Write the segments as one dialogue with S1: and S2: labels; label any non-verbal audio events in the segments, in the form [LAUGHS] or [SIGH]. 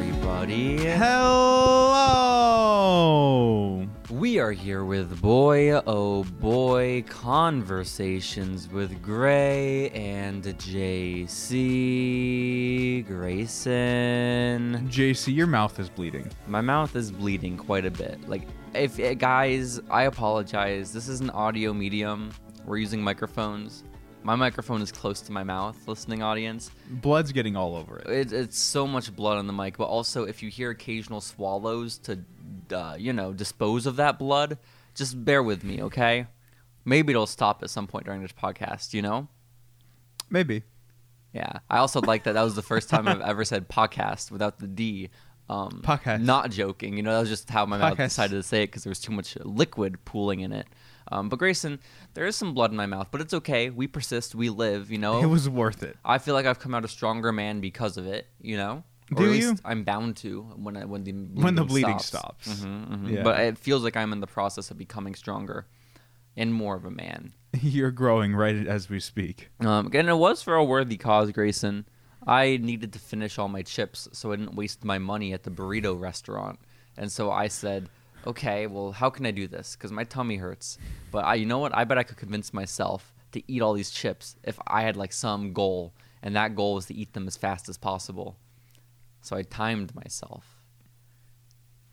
S1: Howdy.
S2: Hello.
S1: We are here with Boy Oh Boy Conversations with Gray and JC Grayson.
S2: JC, your mouth is bleeding.
S1: My mouth is bleeding quite a bit. Like, if eh, guys, I apologize. This is an audio medium. We're using microphones. My microphone is close to my mouth, listening audience.
S2: Blood's getting all over it.
S1: It, it's so much blood on the mic, but also if you hear occasional swallows to, uh, you know, dispose of that blood, just bear with me, okay? Maybe it'll stop at some point during this podcast, you know?
S2: Maybe.
S1: Yeah. I also like that that was the first time I've ever said podcast without the D. Um,
S2: Podcast.
S1: Not joking. You know, that was just how my mouth
S2: Podcast.
S1: decided to say it because there was too much liquid pooling in it. Um, but Grayson, there is some blood in my mouth, but it's okay. We persist. We live, you know?
S2: It was worth it. [LAUGHS]
S1: I feel like I've come out a stronger man because of it, you know.
S2: Do
S1: at
S2: you?
S1: least I'm bound to when I, when the bleeding
S2: When the bleeding
S1: stops.
S2: stops.
S1: Mhm, mhm.
S2: Yeah.
S1: But it feels like I'm in the process of becoming stronger and more of a man.
S2: You're growing right as we speak.
S1: Um, and it was for a worthy cause, Grayson. I needed to finish all my chips so I didn't waste my money at the burrito restaurant. And so I said, okay, well, how can I do this? Because my tummy hurts. But I, you know what? I bet I could convince myself to eat all these chips if I had like some goal. And that goal was to eat them as fast as possible. So I timed myself.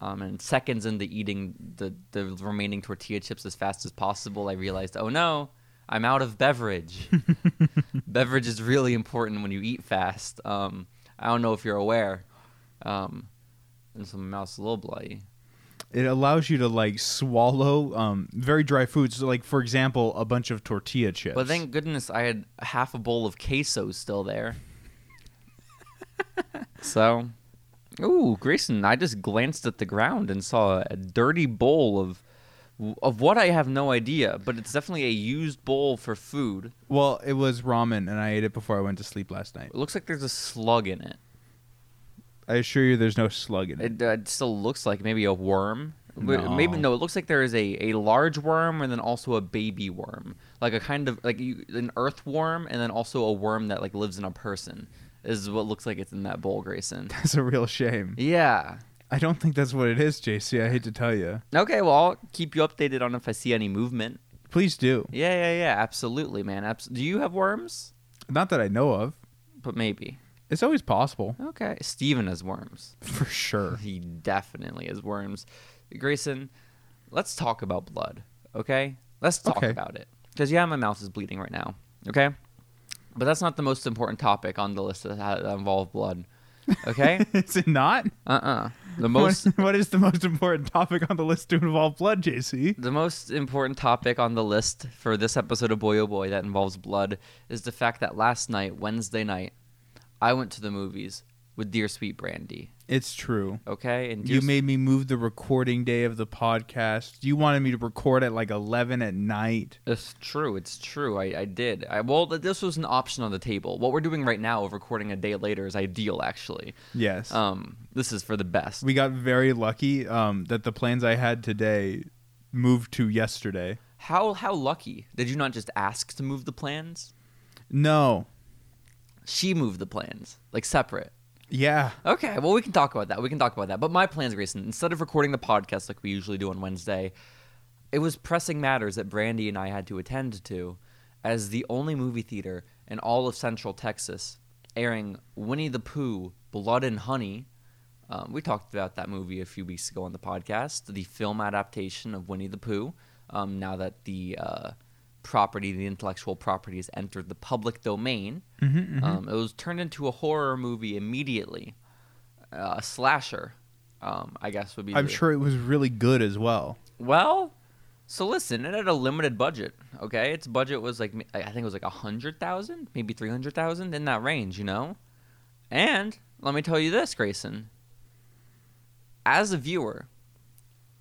S1: Um, and seconds into eating the, the remaining tortilla chips as fast as possible, I realized, oh no, I'm out of beverage. beverage is really important when you eat fast. Um, I don't know if you're aware. Um, and so my mouth's a little bloody.
S2: It allows you to like swallow um, very dry foods, So, like for example, a bunch of tortilla chips.
S1: But thank goodness I had half a bowl of queso still there. so, ooh, Grayson, I just glanced at the ground and saw a dirty bowl of of what I have no idea, but it's definitely a used bowl for food.
S2: well, it was ramen, and I ate it before I went to sleep last night.
S1: It looks like there's a slug in it.
S2: I assure you, there's no slug in it. [LAUGHS]
S1: It, uh, it still looks like maybe a worm. Wait, Maybe
S2: No.
S1: no. It looks like there is a, a large worm and then also a baby worm, like a kind of like you, an earthworm and then also a worm that like lives in a person. Is what looks like it's in that bowl, Grayson.
S2: That's a real shame.
S1: Yeah.
S2: I don't think that's what it is, JC. I hate to tell you.
S1: Okay. Well, I'll keep you updated on if I see any movement.
S2: Please do.
S1: Yeah, yeah, yeah. Absolutely, man. Abs- Do you have worms?
S2: Not that I know of.
S1: But maybe.
S2: It's always possible, [LAUGHS]
S1: Okay. Steven has worms.
S2: for sure.
S1: He definitely has worms. Grayson, let's talk about blood, okay? Let's talk
S2: Okay.
S1: about it. Because, yeah, my mouth is bleeding right now, okay? But that's not the most important topic on the list that, ha- that involve blood, okay?
S2: [LAUGHS] Is it not?
S1: uh uh. The
S2: What-
S1: most.
S2: [LAUGHS] what is the most important topic on the list to involve blood, JC?
S1: The most important topic on the list for this episode of Boy Oh Boy that involves blood is the fact that last night, Wednesday night, I went to the movies with Dear Sweet Brandy.
S2: It's true.
S1: Okay, and Dear
S2: You
S1: S-
S2: made me move the recording day of the podcast. You wanted me to record at like 11 at night.
S1: It's true. It's true. I, I did. I, well, th- this was an option on the table. What we're doing right now of recording a day later is ideal, actually.
S2: Yes.
S1: Um, this is for the best.
S2: we got very lucky um, that the plans I had today moved to yesterday.
S1: How how lucky did you not just ask to move the plans?
S2: No.
S1: She moved the plans like separate.
S2: Yeah.
S1: Okay, well we can talk about that. We can talk about that. But my plans, Grayson, instead of recording the podcast like we usually do on Wednesday, it was pressing matters that Brandy and I had to attend to, as the only movie theater in all of Central Texas airing Winnie the Pooh: Blood and Honey. Um, we talked about that movie a few weeks ago on the podcast, the film adaptation of Winnie the Pooh. Um, now that the uh, property, the intellectual property, has entered the public domain,
S2: Mm-hmm,
S1: Um, it was turned into a horror movie immediately, uh, a slasher. Um, I guess would be.
S2: I'm
S1: the-
S2: sure it was really good as well.
S1: well, so listen, it had a limited budget. Okay, its budget was like I think it was like a hundred thousand, maybe three hundred thousand in that range, you know. And let me tell you this, Grayson. As a viewer,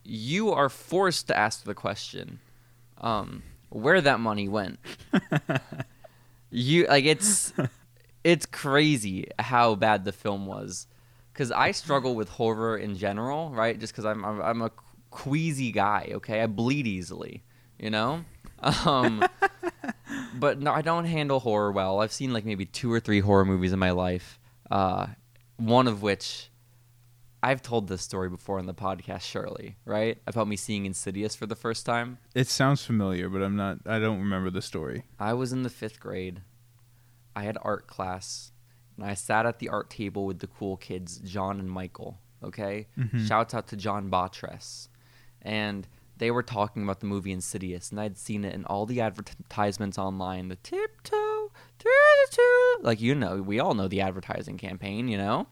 S1: you are forced to ask the question, um, where that money went. you like it's it's crazy how bad the film was because i struggle with horror in general right just because I'm, I'm i'm a queasy guy okay i bleed easily you know um but no i don't handle horror well i've seen like maybe two or three horror movies in my life uh one of which I've told this story before on the podcast, surely, right? About me seeing Insidious for the first time.
S2: It sounds familiar, but I'm not. I don't remember the story.
S1: I was in the fifth grade. I had art class, and I sat at the art table with the cool kids, John and Michael. Okay,
S2: Mhm.
S1: shouts out to John Bottress, and they were talking about the movie Insidious, and I'd seen it in all the advertisements online. The tiptoe, through the tube. like you know, we all know the advertising campaign, you know,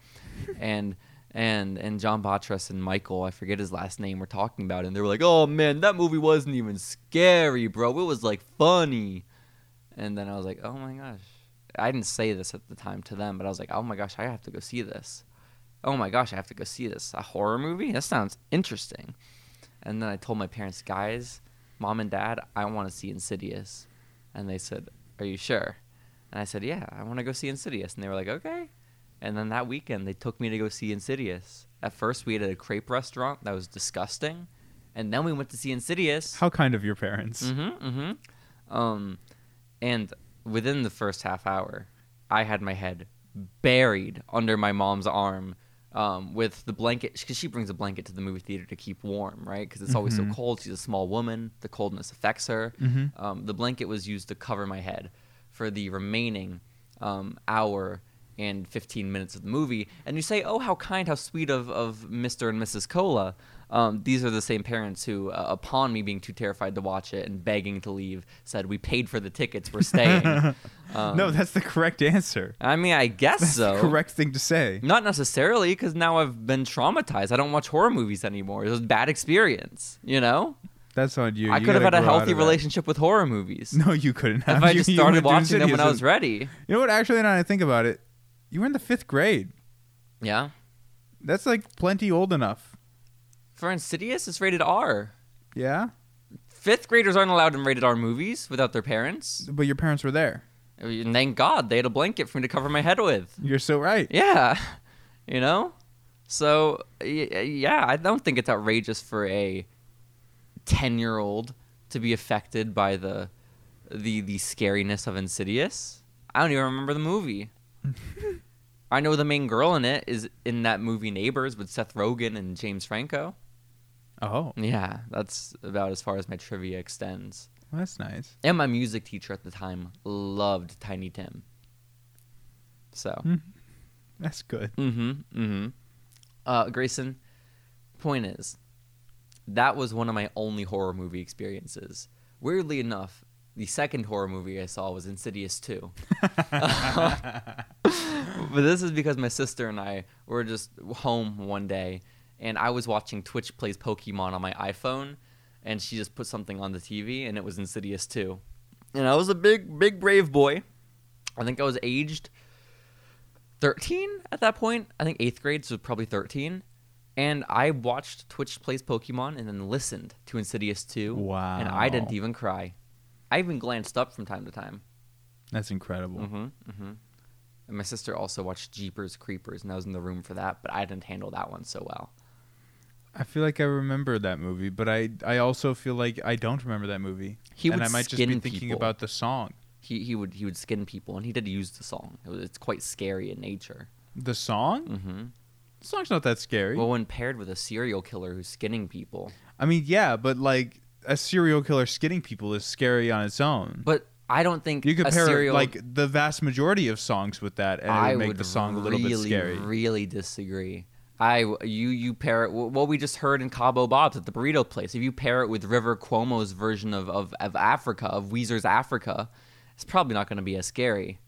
S1: and. And and John Bottress and Michael, I forget his last name, were talking about it, and they were like, "Oh man, that movie wasn't even scary, bro. It was like funny." And then I was like, oh my gosh. I didn't say this at the time to them, but I was like, oh my gosh, I have to go see this. Oh my gosh, I have to go see this. A horror movie? That sounds interesting. And then I told my parents, guys, mom and dad, I want to see Insidious. And they said, are you sure? And I said, yeah, I want to go see Insidious. And they were like, okay. And then that weekend, they took me to go see Insidious. At first, we ate at a crepe restaurant that was disgusting. And then we went to see Insidious.
S2: How kind of your parents.
S1: Mm-hmm. Mm-hmm. Um, and within the first half hour, I had my head buried under my mom's arm um, with the blanket because she brings a blanket to the movie theater to keep warm, right? Because it's always so
S2: Mhm.
S1: cold. She's a small woman. The coldness affects her.
S2: Mhm.
S1: Um, the blanket was used to cover my head for the remaining um, hour and 15 minutes of the movie. And you say, oh, how kind, how sweet of, of Mr. and Mrs. Cola. Um, these are the same parents who, uh, upon me being too terrified to watch it and begging to leave, said, we paid for the tickets, we're staying. um,
S2: [LAUGHS] no, that's the correct answer.
S1: I mean, I guess
S2: That's
S1: so.
S2: the correct thing to say.
S1: Not necessarily, because now I've been traumatized. I don't watch horror movies anymore. It was a bad experience, you know?
S2: That's on you.
S1: I
S2: You
S1: could have
S2: gotta
S1: had a
S2: grow out
S1: healthy
S2: of that.
S1: relationship with horror movies.
S2: [LAUGHS] No, you couldn't have.
S1: if I
S2: You-
S1: just
S2: you
S1: started
S2: went to
S1: watching them when I
S2: Insidious
S1: was
S2: and-
S1: ready.
S2: You know what? Actually, now that I think about it, you were in the fifth grade.
S1: Yeah.
S2: That's like plenty old enough.
S1: For Insidious, it's rated R.
S2: Yeah,
S1: Fifth graders aren't allowed in rated R movies without their parents.
S2: but your parents were there.
S1: And thank God they had a blanket for me to cover my head with.
S2: You're so right.
S1: Yeah. [LAUGHS] You know? So, y- yeah, I don't think it's outrageous for a 10 year old to be affected by the, the, the scariness of Insidious. I don't even remember the
S2: [LAUGHS]
S1: movie. I know the main girl in it is in that movie Neighbors with Seth Rogen and James Franco.
S2: Oh,
S1: Yeah, that's about as far as my trivia extends.
S2: well, that's nice.
S1: And my music teacher at the time loved Tiny Tim. So, [LAUGHS]
S2: That's good. [LAUGHS]
S1: mm-hmm, mm-hmm. Uh, Grayson, point is, that was one of my only horror movie experiences. Weirdly enough, the second horror movie I saw was Insidious 2. but this is because my sister and I were just home one day, and I was watching Twitch plays Pokemon on my iPhone, and she just put something on the TV, and it was Insidious 2. And I was a big, big brave boy. I think I was aged 13 at that point. I think eighth grade, so probably 13. And I watched Twitch plays Pokemon and then listened to Insidious 2. And I didn't e-
S2: Wow.
S1: even cry. I even glanced up from time to time.
S2: That's incredible.
S1: Mm-hmm. Mm-hmm. And my sister also watched Jeepers Creepers, and I was in the room for that, but I didn't handle that one so well.
S2: I feel like I remember that movie, but I I also feel like I don't remember that movie.
S1: He
S2: and
S1: would
S2: I might just be
S1: skin
S2: thinking
S1: people.
S2: about the song.
S1: He he would he would skin people, and he did use the song. It was, it's quite scary in nature.
S2: The song?
S1: Mm-hmm.
S2: The song's not that scary.
S1: Well, when paired with a serial killer who's skinning people,
S2: I mean, yeah, but like a serial killer skinning people is scary on its own.
S1: but I don't think
S2: you
S1: a
S2: compare
S1: serial.
S2: like the vast majority of songs with that, and
S1: I
S2: it would make
S1: would
S2: the song a little
S1: really,
S2: bit scary.
S1: Really disagree. I you you pair it what we just heard in Cabo Bob's at the burrito place. If you pair it with River Cuomo's version of of, of Africa of Weezer's Africa, it's probably not going to be as scary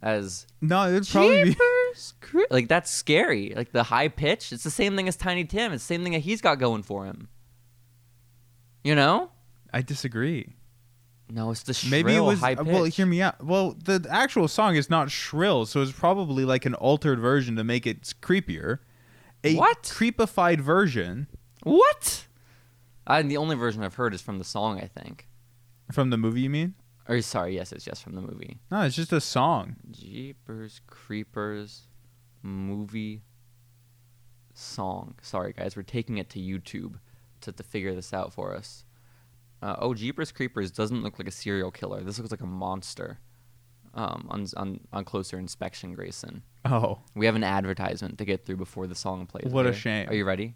S1: as
S2: no, it'd probably be. [LAUGHS]
S1: Jeepers Cre- like that's scary. Like the high pitch. It's the same thing as Tiny Tim. It's the same thing that he's got going for him. You know?
S2: I disagree.
S1: No, it's the shrill
S2: Maybe it was.
S1: high
S2: uh,
S1: pitch.
S2: well, hear me out. Well, the actual song is not shrill, so it's probably like an altered version to make it s- creepier. A
S1: What?
S2: creepified version
S1: what? I, the only version I've heard is from the song. I think.
S2: from the movie? You mean?
S1: Or sorry, yes, it's just from the movie.
S2: No, it's just a song.
S1: Jeepers Creepers movie song. Sorry, guys, we're taking it to YouTube to, to figure this out for us. Uh, oh, Jeepers Creepers doesn't look like a serial killer. This looks like a monster. um, on, on on closer inspection, Grayson.
S2: Oh,
S1: We have an advertisement to get through before the song plays.
S2: What a
S1: okay?
S2: shame.
S1: Are you ready?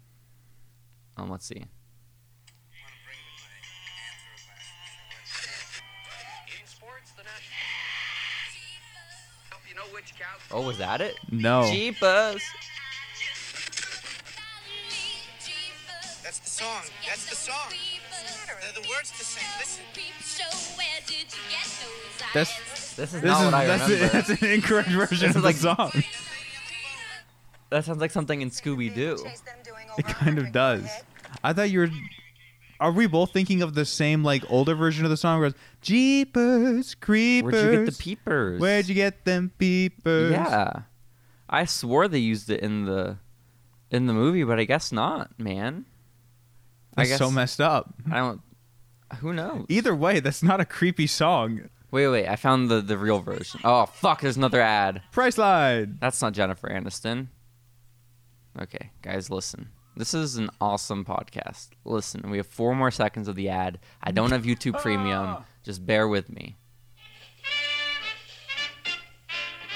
S1: Um, let's see.
S3: In sports, the national. Hope you know which cow.
S1: Oh, was that it?
S2: no.
S1: Jeepers.
S4: That's the song. That's the song. They're the words to sing. Listen.
S2: That's-
S1: This is
S2: This
S1: not
S2: is,
S1: what I
S2: that's,
S1: remember.
S2: [LAUGHS] that's an incorrect version
S1: is
S2: of
S1: like-
S2: the song.
S1: That sounds like something in Scooby Doo.
S2: It kind of does. I thought you were. Are we both thinking of the same like older version of the song? Where it's Jeepers Creepers.
S1: Where'd you get the peepers?
S2: Where'd you get them peepers?
S1: Yeah, I swore they used it in the in the movie, but I guess not, man. I
S2: that's
S1: guess
S2: so messed up.
S1: I don't. Who knows?
S2: Either way, that's not a creepy song.
S1: Wait, wait. I found the the real version. Oh fuck! There's another ad.
S2: Priceline.
S1: That's not Jennifer Aniston. Okay, guys, listen. This is an awesome podcast. Listen, we have four more seconds of the ad. I don't have YouTube
S2: Ah.
S1: Premium. Just bear with me.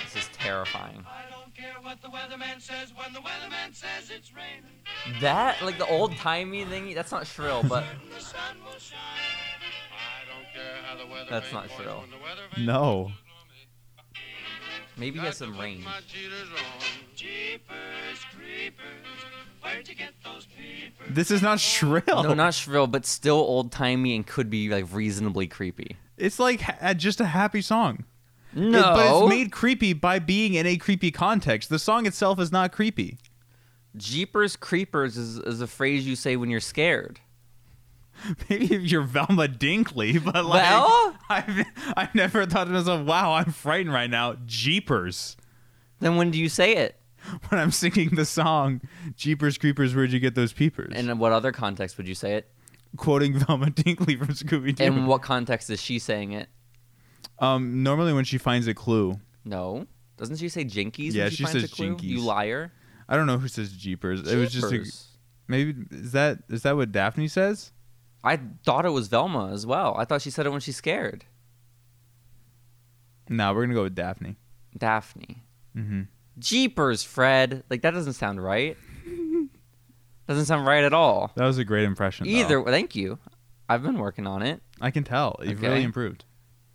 S1: This is terrifying.
S3: I don't care what the weatherman says when the weatherman says it's raining.
S1: That, like the old timey thingy, that's not shrill, but
S3: The sun will shine. I don't care how the weather
S1: That's not shrill.
S2: No.
S1: maybe he has some range.
S3: Jeepers, creepers, where'd you get those peepers?
S2: This is not shrill.
S1: No, not shrill, but still old timey and could be like reasonably creepy.
S2: It's like ha- just a happy song. It-
S1: No,
S2: but it's made creepy by being in a creepy context. The song itself is not creepy. [LAUGHS]
S1: Jeepers Creepers is, is a phrase you say when you're scared.
S2: Maybe if you're Velma Dinkley, but like
S1: Well?
S2: [LAUGHS] I've I've never thought to myself, wow, I'm frightened right now. Jeepers.
S1: Then when do you say it?
S2: When I'm singing the song Jeepers Creepers, where'd you get those peepers?
S1: And uh, in what other context would you say it?
S2: quoting Velma [LAUGHS] Dinkley from Scooby Doo.
S1: In what context is she saying it?
S2: um normally when she finds a clue.
S1: No. Doesn't she say jinkies? when
S2: Yeah, she
S1: finds
S2: says
S1: a clue? You
S2: jinkies.
S1: liar.
S2: I don't know who says Jeepers. It was just a,
S1: Jeepers.
S2: maybe is that is that what Daphne says?
S1: I thought it was Velma as well. I thought she said it when she's scared.
S2: No, we're gonna go with Daphne.
S1: Daphne.
S2: Mm-hmm.
S1: Jeepers, Fred. Like that doesn't sound right. doesn't sound right at all.
S2: That was a great impression. though.
S1: Either thank you. I've been working on it.
S2: I can tell you've really
S1: Okay.
S2: improved.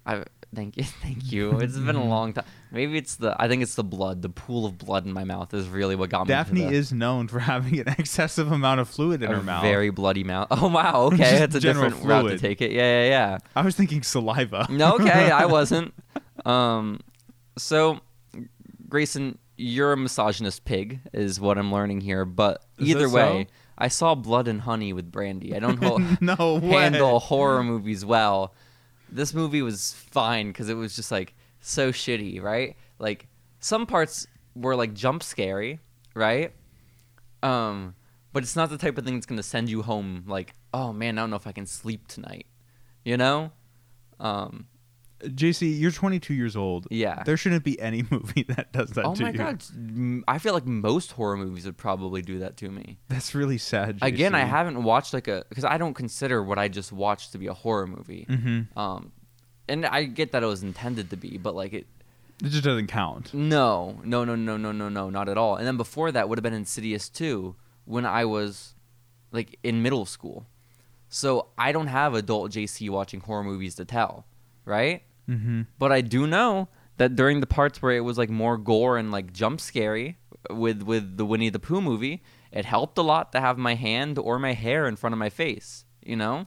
S1: I thank you, [LAUGHS] thank you. It's been a
S2: Mm-hmm.
S1: long time. Maybe it's the. I think it's the blood. The pool of blood in my mouth is really what got me. to
S2: Daphne
S1: the-
S2: is known for [LAUGHS] having an excessive amount of fluid in
S1: a
S2: her mouth.
S1: very bloody mouth. [LAUGHS] Oh wow, okay,
S2: Just
S1: that's a
S2: general
S1: different route to
S2: fluid.
S1: take it. Yeah, yeah, yeah.
S2: I was thinking saliva.
S1: No, okay,
S2: [LAUGHS]
S1: I wasn't. Um, so, Grayson, you're a misogynist pig, is what I'm learning here. But
S2: Is
S1: either
S2: that
S1: way,
S2: so?
S1: I saw Blood and Honey with Brandy. I
S2: [LAUGHS]
S1: don't ho-
S2: no way.
S1: handle horror movies well. This movie was fine because it was just like so shitty, right? Like some parts were like jump scary, right? Um, but it's not the type of thing that's gonna send you home like, oh man, I don't know if I can sleep tonight, you know? Um,
S2: JC, you're 22 years old.
S1: Yeah.
S2: There shouldn't be any [LAUGHS] movie that does that
S1: oh
S2: to
S1: my
S2: you.
S1: god, m- I feel like most horror movies would probably do that to me.
S2: That's really sad. JC.
S1: Again, I haven't watched like a because I don't consider what I just watched to be a horror movie.
S2: Mhm.
S1: Um, and I get that it was intended to be, but like it,
S2: It just doesn't count.
S1: no, no, no, no, no, no, no, not at all. And then before that would have been Insidious two when I was like in middle school. So I don't have adult JC watching horror movies to tell, right?
S2: Mm-hmm.
S1: But I do know that during the parts where it was like more gore and like jump scary with with the Winnie the Pooh movie, it helped a lot to have my hand or my hair in front of my face, you know?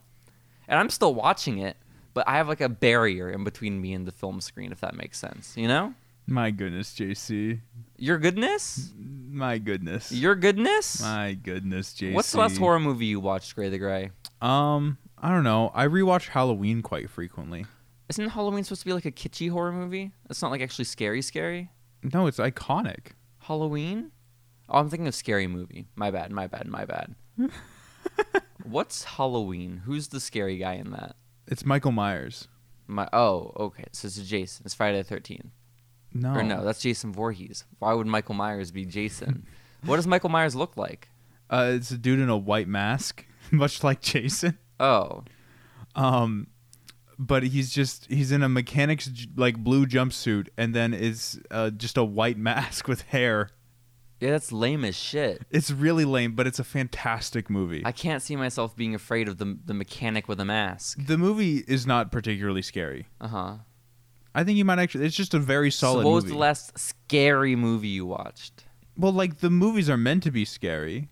S1: And I'm still watching it, but I have like a barrier in between me and the film screen if that makes sense, you know?
S2: My goodness, JC.
S1: Your goodness?
S2: My goodness.
S1: Your goodness?
S2: My goodness, JC.
S1: What's the last horror movie you watched, Grey the Grey?
S2: Um, I don't know. I rewatch Halloween quite frequently.
S1: Isn't Halloween supposed to be like a kitschy horror movie? It's not like actually scary scary.
S2: No, it's iconic.
S1: Halloween? Oh, I'm thinking of scary movie. My bad, my bad, my
S2: [LAUGHS]
S1: bad. What's Halloween? Who's the scary guy in that?
S2: It's Michael Myers.
S1: My oh, okay. So it's Jason. It's Friday the thirteenth.
S2: No.
S1: Or no, that's Jason Voorhees. Why would Michael Myers be Jason? what does Michael Myers look like?
S2: Uh, it's a [LAUGHS] dude in a white mask, much like Jason.
S1: Oh.
S2: Um, but he's just he's in a mechanic's j- like blue jumpsuit and then is uh, just a white [LAUGHS] mask with hair.
S1: Yeah, that's lame as shit.
S2: It's really lame, but it's a fantastic movie.
S1: I can't see myself being afraid of the the mechanic with a mask.
S2: the movie is not particularly scary.
S1: Uh huh.
S2: I think you might actually. It's just a very
S1: So
S2: solid
S1: what was
S2: movie.
S1: the last scary movie you watched?
S2: well, like the movies are meant to be scary.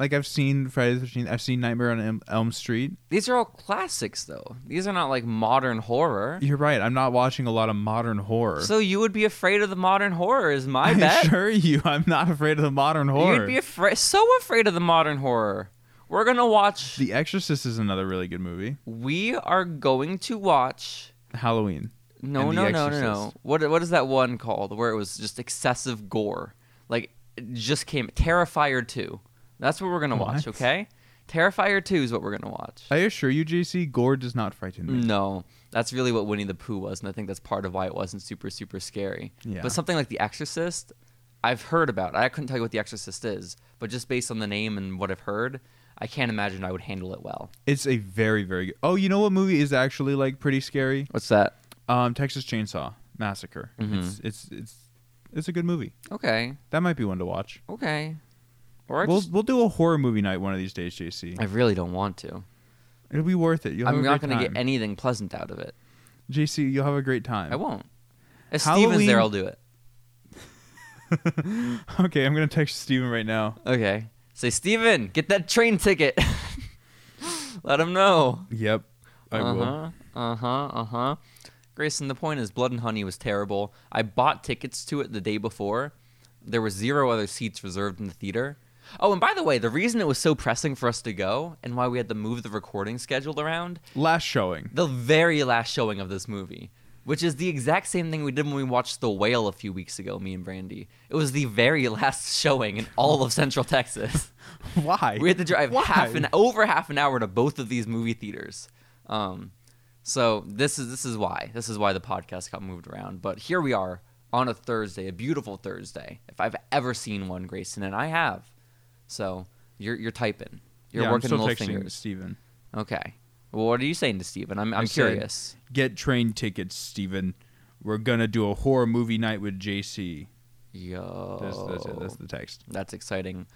S2: Like I've seen Friday the Thirteenth. I've seen Nightmare on Elm, Elm Street.
S1: These are all classics, though. These are not like modern horror.
S2: You're right. I'm not watching a lot of modern horror.
S1: So you would be afraid of the modern horror, is
S2: [LAUGHS]
S1: my bet.
S2: assure you, I'm not afraid of the modern horror.
S1: You'd be afraid, so afraid of the modern horror. We're gonna watch.
S2: the Exorcist is another really good movie.
S1: we are going to watch.
S2: Halloween.
S1: No,
S2: And
S1: no, no, no,
S2: The
S1: no.
S2: Exorcist.
S1: What what is that one called? Where it was just excessive gore, like it just came. Terrifier two. That's what we're gonna watch.
S2: What?
S1: Okay. Terrifier two is what we're gonna watch.
S2: I assure you, JC, gore does not frighten me.
S1: No, that's really what Winnie the Pooh was, and I think that's part of why it wasn't super, super scary.
S2: Yeah.
S1: But something like The Exorcist, I've heard about. I couldn't tell you what The Exorcist is, but just based on the name and what I've heard, I can't imagine I would handle it well.
S2: It's a very, very good. Oh, you know what movie is actually like pretty scary?
S1: What's that?
S2: Um, Texas Chainsaw Massacre.
S1: Mm-hmm.
S2: It's, it's it's it's a good movie.
S1: Okay,
S2: That might be one to watch.
S1: okay. Or I
S2: we'll
S1: just,
S2: we'll do a horror movie night one of these days, JC.
S1: I really don't want to.
S2: It'll be worth it. You'll have
S1: I'm
S2: a
S1: not
S2: great
S1: gonna
S2: time.
S1: get anything pleasant out of it.
S2: JC, you'll have a great time.
S1: I won't. If Steven's
S2: Halloween-
S1: there, I'll do it.
S2: Okay, I'm gonna text Steven right now.
S1: Okay. Say, Steven, get that train ticket. [LAUGHS] Let him know.
S2: Yep, I will.
S1: uh-huh, Uh-huh, uh-huh. Grayson, the point is Blood and Honey was terrible. I bought tickets to it the day before. There were zero other seats reserved in the theater. Oh, and by the way, the reason it was so pressing for us to go and why we had to move the recording schedule around,
S2: Last
S1: [LAUGHS]
S2: showing.
S1: the very last showing of this movie, which is the exact same thing we did when we watched The Whale a few weeks ago, me and Brandy. It was the very [LAUGHS] last showing in all of Central Texas.
S2: Why?
S1: We had to drive
S2: Why?
S1: half an over half an hour to both of these movie theaters. Um, so this is this is why this is why the podcast got moved around. But here we are on a Thursday, a beautiful Thursday. If I've ever seen one, Grayson, and I have. So you're you're typing. You're
S2: Yeah, I'm
S1: working
S2: still
S1: little
S2: texting
S1: fingers.
S2: Steven.
S1: Okay. Well, what are you saying to Steven? I'm I'm
S2: I said-
S1: curious.
S2: Get train tickets, Steven. We're gonna do a horror movie night with JC.
S1: Yo.
S2: That's, that's it.
S1: Oh.
S2: That's the text.
S1: That's exciting.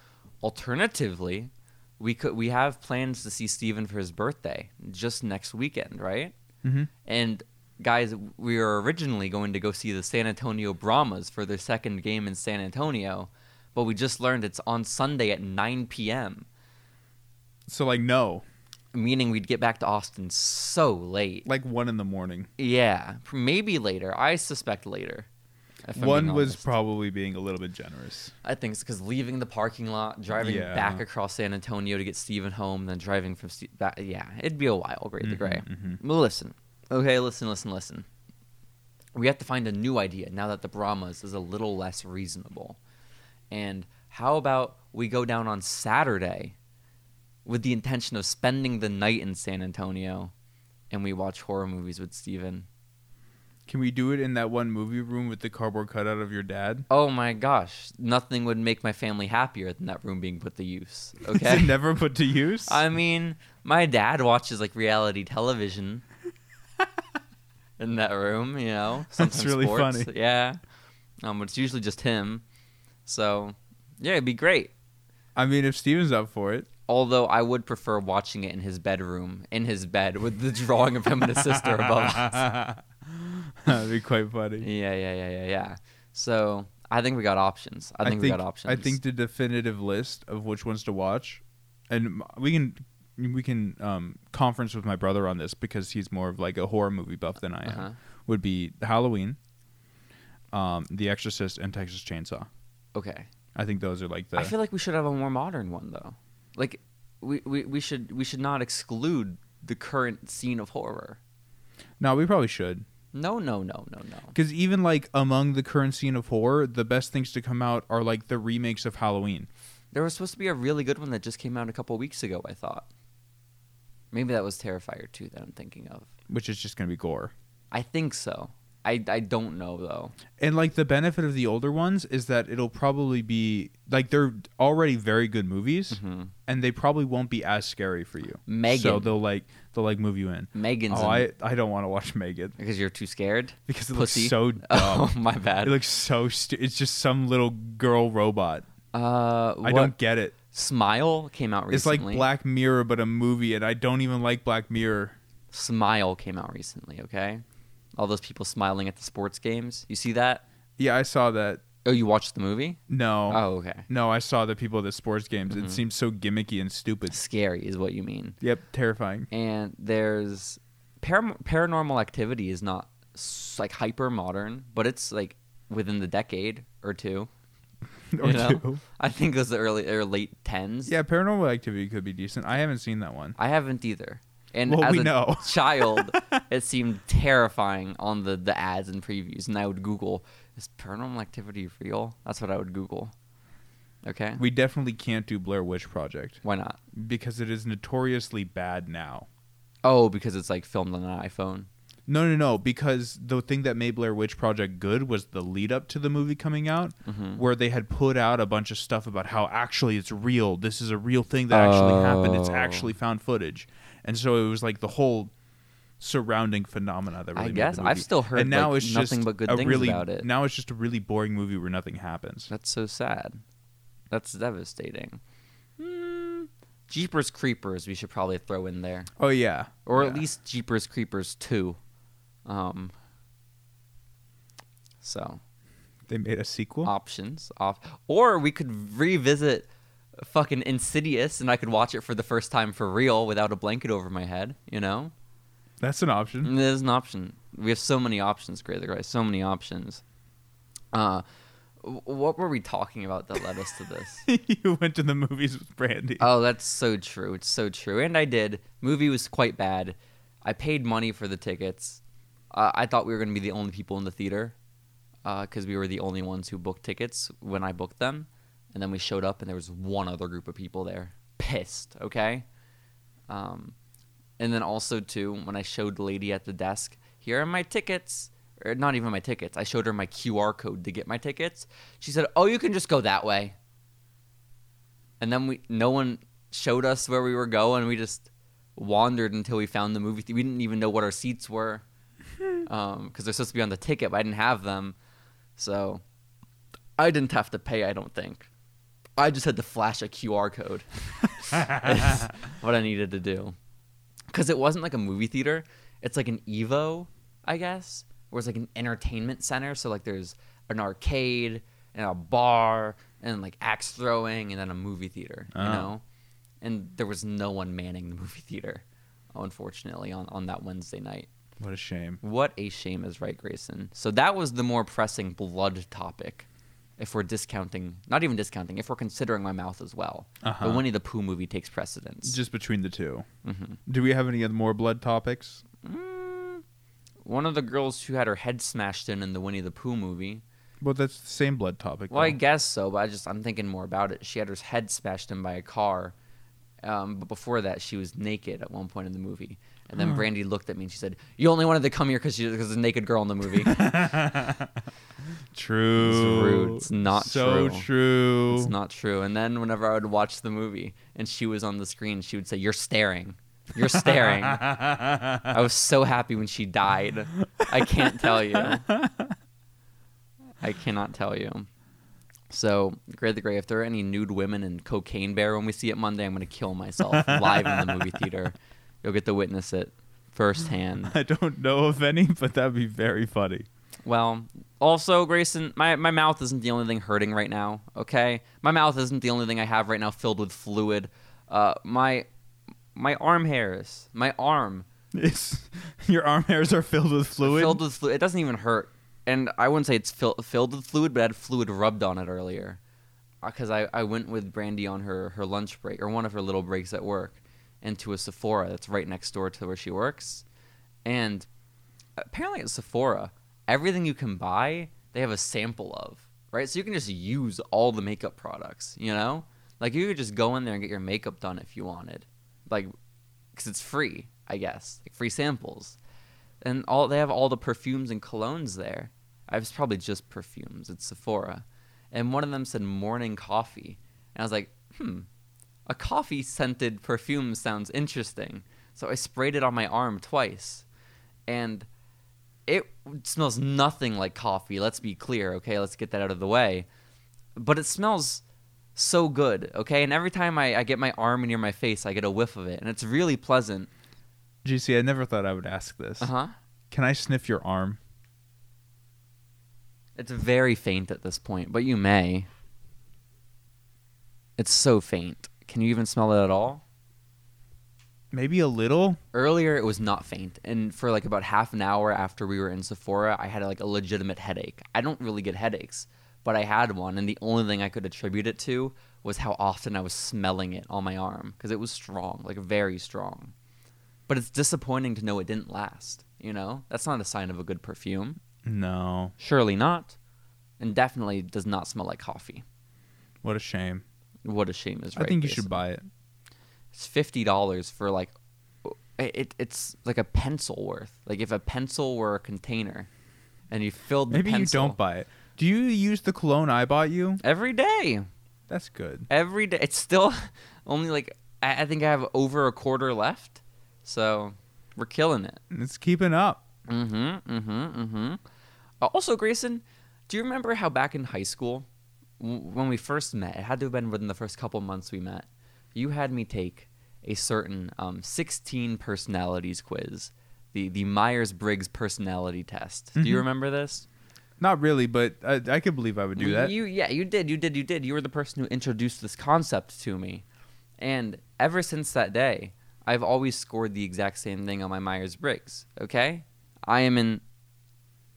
S1: Alternatively, we could we have plans to see Steven for his birthday just next weekend, right?
S2: Mhm.
S1: And guys, we were originally going to go see the San Antonio Brahmas for their second game in San Antonio, but we just learned it's on Sunday at 9 p.m.,
S2: So like no,
S1: meaning we'd get back to Austin so late.
S2: like one in the morning.
S1: Yeah, maybe later. I suspect later. if I'm being
S2: one was
S1: honest.
S2: probably being a little bit generous.
S1: I think it's because leaving the parking lot, driving
S2: Yeah.
S1: back across San Antonio to get Steven home, then driving from Ste- back. Yeah, it'd be a while, Great the
S2: Mm-hmm,
S1: Gray. Well, listen. Okay, listen, listen, listen. We have to find a new idea now that the Brahmas is a little less reasonable. And how about we go down on Saturday with the intention of spending the night in San Antonio and we watch horror movies with Steven?
S2: Can we do it in that one movie room with the cardboard cutout of your dad?
S1: Oh my gosh, nothing would make my family happier than that room being put to use.
S2: Is [LAUGHS]
S1: Okay.
S2: it never put to use?
S1: I mean, my dad watches like reality
S2: [LAUGHS]
S1: television in that room, you know.
S2: That's
S1: sometimes
S2: really
S1: sports,
S2: funny.
S1: Yeah. Um, but it's usually just him. So, yeah, it'd be great.
S2: I mean, if Steven's up for it,
S1: Although I would prefer watching it in his bedroom, in his bed, with the drawing of him and his sister above
S2: [LAUGHS]
S1: us.
S2: that'd be quite funny.
S1: Yeah, yeah, yeah, yeah, yeah. So I think we got options. I think, we got options.
S2: I think the definitive list of which ones to watch, and m- we can we can um, conference with my brother on this because he's more of like a horror movie buff than I am.
S1: Uh-huh.
S2: Would be Halloween, um, The Exorcist, and Texas Chainsaw.
S1: okay.
S2: I think those are like the.
S1: I feel like we should have a more modern one though. Like we, we, we should we should not exclude the current scene of horror.
S2: no, we probably should.
S1: No, no, no, no, no.
S2: Because even like among the current scene of horror, the best things to come out are like the remakes of Halloween.
S1: There was supposed to be a really good one that just came out a couple weeks ago, I thought. Maybe that was Terrifier 2 that I'm thinking of.
S2: which is just going to be gore.
S1: I think so. I I don't know though.
S2: And like the benefit of the older ones is that it'll probably be like they're already very good
S1: Mm-hmm.
S2: movies, and they probably won't be as scary for you. so
S1: Megan.
S2: they'll like they'll like move you in.
S1: Megan's
S2: Oh,
S1: in
S2: I
S1: it.
S2: I don't want to watch Megan
S1: because you're too scared.
S2: because it
S1: Pussy.
S2: looks so dumb.
S1: [LAUGHS] Oh my bad.
S2: It looks so stu- it's just some little girl robot.
S1: uh, what?
S2: I don't get it.
S1: Smile came out
S2: It's
S1: recently.
S2: like Black Mirror but a movie, and I don't even like Black Mirror.
S1: Smile came out recently. Okay, all those people smiling at the sports games. You see that?
S2: Yeah, I saw that.
S1: Oh, you watched the movie?
S2: No.
S1: Oh, Mm-hmm. okay.
S2: No, I saw the people at the sports games. It seems so gimmicky and stupid.
S1: Scary is what you mean.
S2: Yep, terrifying. [LAUGHS]
S1: And there's param- paranormal activity is not s- like hyper modern, but it's like within the decade or two.
S2: or
S1: you know?
S2: two.
S1: I think it was the early or late tens.
S2: Yeah, Paranormal Activity could be decent. I haven't seen that one.
S1: I haven't either. And
S2: Well,
S1: as
S2: we
S1: a
S2: know.
S1: [LAUGHS]
S2: [LAUGHS]
S1: child, it seemed terrifying on the, the ads and previews. And I would Google, is paranormal activity real? That's what I would Google. Okay?
S2: We definitely can't do Blair Witch Project
S1: Why not?
S2: because it is notoriously bad now.
S1: Oh, because it's like filmed on an iPhone.
S2: No, no, no. Because the thing that made Blair Witch Project good was the lead up to the movie coming out,
S1: Mm-hmm.
S2: where they had put out a bunch of stuff about how actually it's real. This is a real thing that actually happened. It's
S1: Oh.
S2: actually found footage, and so it was like the whole surrounding phenomena that really.
S1: I
S2: made
S1: guess.
S2: the
S1: I've
S2: movie.
S1: still heard,
S2: and now
S1: like,
S2: it's
S1: nothing
S2: just
S1: but good
S2: a
S1: things
S2: really,
S1: about it.
S2: Now it's just a really boring movie where nothing happens.
S1: That's so sad. That's devastating. Hmm. Jeepers Creepers, we should probably throw in there.
S2: Oh yeah,
S1: Or at
S2: Yeah.
S1: least Jeepers Creepers 2. Um, so.
S2: they made a sequel.
S1: options off or we could revisit fucking insidious and i could watch it for the first time for real without a blanket over my head you know
S2: That's an option.
S1: And there's an option we have so many options greater guys so many options uh wh- what were we talking about that led us to this
S2: [LAUGHS] you went to the movies with Brandy.
S1: Mm. Oh, that's so true. It's so true. And I did. Movie was quite bad. I paid money for the tickets. Uh, I thought we were going to be the only people in the theater because we were the only ones who booked tickets when I booked them. And then we showed up, and there was one other group of people there. Pissed, okay? Um, and then also, too, when I showed the lady at the desk, here are my tickets. Or not even my tickets. I showed her my QR code to get my tickets. She said, Oh, you can just go that way and then we no one showed us where we were going. We just wandered until we found the movie. thea- We didn't even know what our seats were because they're supposed to be on the ticket, but I didn't have them, so I didn't have to pay. I don't think. I just had to flash a QR code. That's what I needed to do, because it wasn't like a movie theater. It's like an Evo, I guess, where it's like an entertainment center. So like there's an arcade and a bar and like axe throwing and then a movie theater. You
S2: Oh.
S1: know, and there was no one manning the movie theater, unfortunately, on on that Wednesday night.
S2: [LAUGHS] What a shame.
S1: What a shame is right, Grayson. So that was the more pressing blood topic. If we're discounting, not even discounting, if we're considering my mouth as well,
S2: Uh-huh.
S1: the Winnie the Pooh movie takes precedence. Mm-hmm.
S2: Just between the 2 Do we have any other more blood topics?
S1: Mm, One of the girls who had her head smashed in in the Winnie the Pooh movie.
S2: Well, that's the same blood topic.
S1: Well, I
S2: though.
S1: guess so, but I just I'm thinking more about it. She had her head smashed in by a car, um, but before that, she was naked at one point in the movie. And then Brandy looked at me and she said, "You only wanted to come here because because a naked girl in the movie."
S2: true.
S1: It's rude. It's not
S2: so
S1: true.
S2: true.
S1: It's not true. And then whenever I would watch the movie and she was on the screen, she would say, "You're staring. You're staring." I was so happy when she died. I can't tell you. I cannot tell you. So, Gray the Gray, if there are any nude women and cocaine bear when we see it Monday, I'm going to kill myself live in the movie theater. You'll get to witness it firsthand.
S2: [LAUGHS] I don't know of any, but that'd be very funny.
S1: Well, also, Grayson, my, my mouth isn't the only thing hurting right now, okay? My mouth isn't the only thing I have right now filled with fluid. Uh, my my arm hairs, my arm
S2: It's, [LAUGHS] your arm hairs are filled with fluid.
S1: filled with fluid. It doesn't even hurt. And I wouldn't say it's fill, filled with fluid, but I had fluid rubbed on it earlier. Because I, I went with Brandy on her, her lunch break, or one of her little breaks at work, into a Sephora that's right next door to where she works. And apparently at Sephora, everything you can buy, they have a sample of, right? So you can just use all the makeup products, you know? Like you could just go in there and get your makeup done if you wanted. Like cuz it's free, I guess. Like free samples. and all they have all the perfumes and colognes there. I was probably just perfumes. It's Sephora, and one of them said morning coffee, and I was like, hmm, a coffee scented perfume sounds interesting. So I sprayed it on my arm twice, and it smells nothing like coffee. Let's be clear, okay? Let's get that out of the way. But it smells so good, okay? And every time I, I get my arm near my face, I get a whiff of it, and it's really pleasant.
S2: GC, I never thought I would ask this.
S1: Uh huh.
S2: Can I sniff your arm?
S1: It's very faint at this point, but you may. It's so faint. Can you even smell it at all?
S2: Maybe a little.
S1: Earlier, it was not faint, and for like about half an hour after we were in Sephora, I had like a legitimate headache. I don't really get headaches, but I had one, and the only thing I could attribute it to was how often I was smelling it on my arm because it was strong, like very strong. But it's disappointing to know it didn't last. You know, that's not a sign of a good perfume.
S2: No.
S1: Surely not, and definitely does not smell like coffee.
S2: What a shame.
S1: What a shame is right.
S2: I think you
S1: Jason.
S2: should buy it.
S1: It's fifty dollars for like, it, it it's like a pencil worth. Like if a pencil were a container, and you filled the
S2: Maybe you
S1: pencil-
S2: don't buy it. Do you use the cologne I bought you?
S1: every day,
S2: That's good.
S1: every day. It's still [LAUGHS] only like I, I think I have over a quarter left, so we're killing it.
S2: It's keeping up.
S1: Mm-hmm. Mm-hmm. Mm-hmm. Uh, also, Grayson, do you remember how back in high school, w- when we first met, it had to have been within the first couple months we met, you had me take a certain um, 16 personalities quiz, the the Myers Briggs personality test. Do you remember this?
S2: Not really, but I, I could believe I would do that.
S1: You yeah, you did, you did, you did. You were the person who introduced this concept to me, and ever since that day, I've always scored the exact same thing on my Myers Briggs. Okay, I am an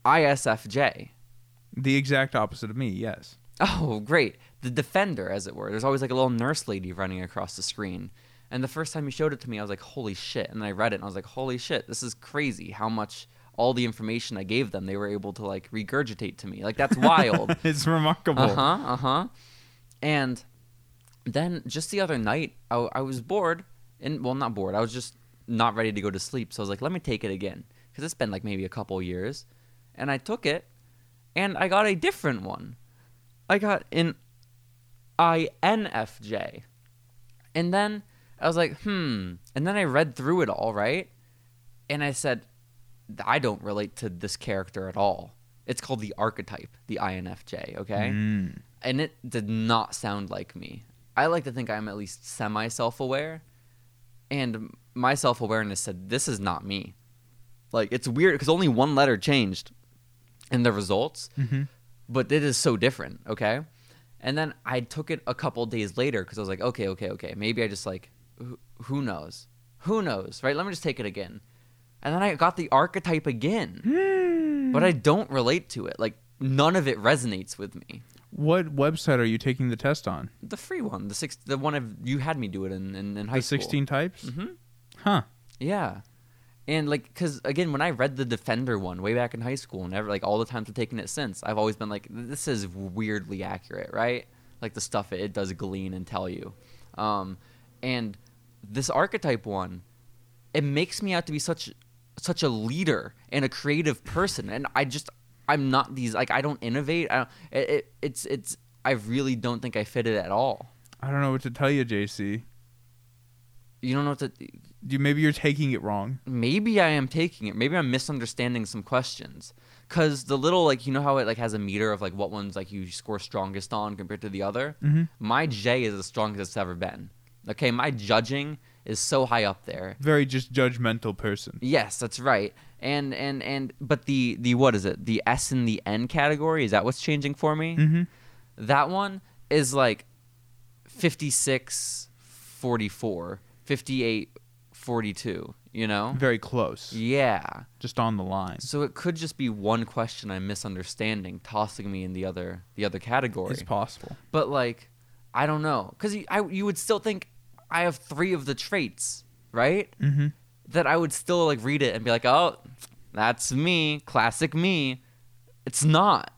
S1: ISFJ.
S2: The exact opposite of me, yes.
S1: Oh, great! The defender, as it were. There's always like a little nurse lady running across the screen. And the first time you showed it to me, I was like, "Holy shit!" And then I read it, and I was like, "Holy shit! This is crazy! How much all the information I gave them, they were able to like regurgitate to me. Like that's wild."
S2: [LAUGHS] it's remarkable.
S1: Uh huh. Uh huh. And then just the other night, I, I was bored, and well, not bored. I was just not ready to go to sleep. So I was like, let me take it again, because it's been like maybe a couple years. And I took it, and I got a different one. I got an INFJ. And then I was like, hmm. And then I read through it all, right? And I said, I don't relate to this character at all. It's called the archetype, the INFJ, okay?
S2: Mm.
S1: and it did not sound like me. I like to think I'm at least semi self aware, and my self awareness said, This is not me. Like, it's weird because only one letter changed in the results,
S2: Mhm.
S1: but it is so different, okay? And then I took it a couple days later because I was like, Okay, okay, okay, maybe I just like, who- who knows? Who knows, right? Let me just take it again. And then I got the archetype again,
S2: Mm-hmm. Hmm.
S1: but I don't relate to it. Like, none of it resonates with me
S2: What website are you taking the test on?
S1: the free one, the six, the one of you had me do it in in, in high
S2: the
S1: school.
S2: 16 types?
S1: Mhm.
S2: Huh.
S1: Yeah, and like, cause again, when I read the Defender one way back in high school, and ever like all the times I've taken it since, I've always been like, this is weirdly accurate, right? Like the stuff it, it does glean and tell you. Um, and this archetype one, it makes me out to be such such a leader and a creative person and i just i'm not these like i don't innovate i don't, it, it, it's it's i really don't think i fit it at all
S2: I don't know what to tell you, JC.
S1: you don't know what to
S2: You, maybe you're taking it wrong.
S1: maybe I am taking it. Maybe I'm misunderstanding some questions. Cause the little like you know how it like has a meter of like what one's like you score strongest on compared to the other.
S2: Mhm.
S1: My J is the strongest it's ever been. Okay, my judging is so high up there.
S2: Very just judgmental person.
S1: Yes, that's right. And and and but the the what is it? The S and the N category is that what's changing for me?
S2: Mm-hmm.
S1: That one is like 56 44, 58 42, you know?
S2: Very close.
S1: Yeah.
S2: Just on the line.
S1: So it could just be one question I'm misunderstanding, tossing me in the other the other category.
S2: It's possible.
S1: but like, I don't know, because you, I you would still think I have three of the traits, right?
S2: Mm-hmm.
S1: That I would still like read it and be like, oh, that's me, classic me. It's
S2: [LAUGHS]
S1: not.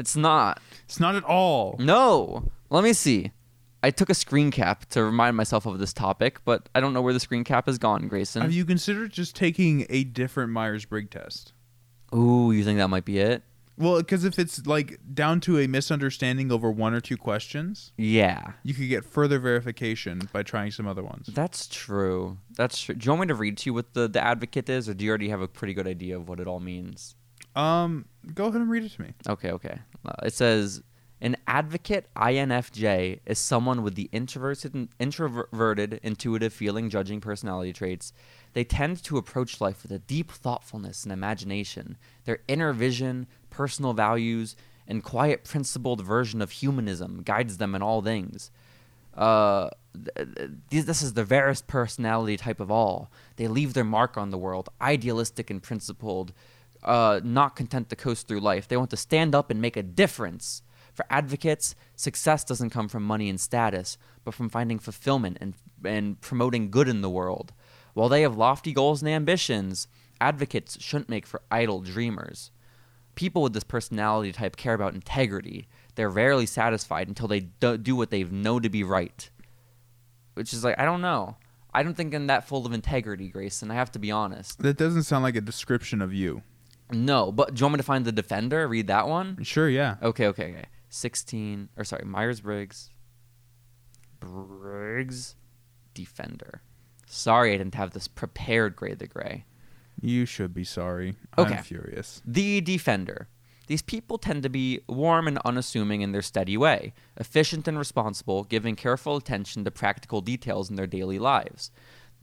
S1: it's not. Mm-hmm.
S2: It's not at all.
S1: No. Let me see. I took a screen cap to remind myself of this topic, but I don't know where the screen cap has gone, Grayson.
S2: Have you considered just taking a different Myers Briggs test?
S1: Ooh, you think that might be it?
S2: Well, because if it's like down to a misunderstanding over one or two questions,
S1: Yeah.
S2: you could get further verification by trying some other ones.
S1: That's true. That's true. Do you want me to read to you what the, the advocate is, or do you already have a pretty good idea of what it all means?
S2: Um, go ahead and read it to me.
S1: Okay, okay. Uh, it says an advocate INFJ is someone with the introverted, introverted, intuitive feeling, judging personality traits. They tend to approach life with a deep thoughtfulness and imagination. Their inner vision, personal values, and quiet, principled version of humanism guides them in all things. Uh, th- th- these- this is the rarest personality type of all. They leave their mark on the world, idealistic and principled, uh, not content to coast through life. They want to stand up and make a difference. For advocates, success doesn't come from money and status, but from finding fulfillment and, and promoting good in the world. While they have lofty goals and ambitions, advocates shouldn't make for idle dreamers. People with this personality type care about integrity. They're rarely satisfied until they do, do what they know to be right. Which is like, I don't know. I don't think I'm that full of integrity, Grayson. I have to be honest.
S2: That doesn't sound like a description of you.
S1: No, but do you want me to find the defender? Read that one?
S2: Sure, yeah.
S1: Okay, okay, okay. 16, or sorry, Myers Briggs. Briggs Defender. Sorry I didn't have this prepared, Gray the Gray.
S2: You should be sorry.
S1: Okay.
S2: I'm furious.
S1: The defender. These people tend to be warm and unassuming in their steady way, efficient and responsible, giving careful attention to practical details in their daily lives.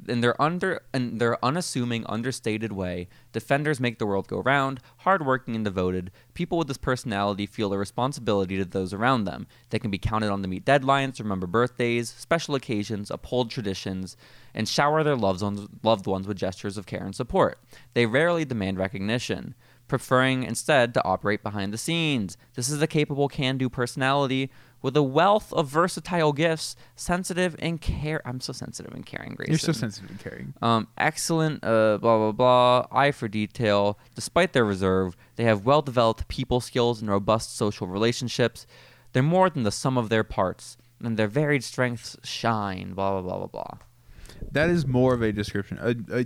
S1: In their under in their unassuming, understated way, defenders make the world go round, hardworking and devoted. People with this personality feel a responsibility to those around them. They can be counted on to meet deadlines, remember birthdays, special occasions, uphold traditions, and shower their loved ones, loved ones with gestures of care and support. They rarely demand recognition preferring instead to operate behind the scenes. This is a capable can do personality with a wealth of versatile gifts, sensitive and care. I'm so sensitive and caring, Grayson.
S2: You're so sensitive to caring.
S1: Um, excellent, uh, blah, blah, blah, eye for detail. Despite their reserve, they have well developed people skills and robust social relationships. They're more than the sum of their parts, and their varied strengths shine, blah, blah, blah, blah, blah.
S2: That is more of a description, a, a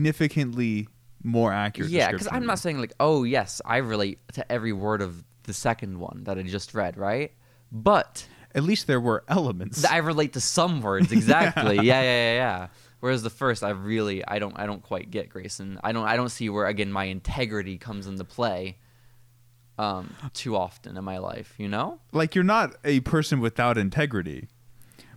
S2: significantly more accurate.
S1: yeah because
S2: because
S1: i'm not saying like oh yes i relate to every word of the second one that i just read right but
S2: At least there were elements.
S1: th- i relate to some words
S2: [LAUGHS]
S1: exactly yeah. yeah yeah yeah whereas the first i really i don't i don't quite get grayson i don't i don't see where again my integrity comes into play um too often in my life you know
S2: like you're not a person without integrity.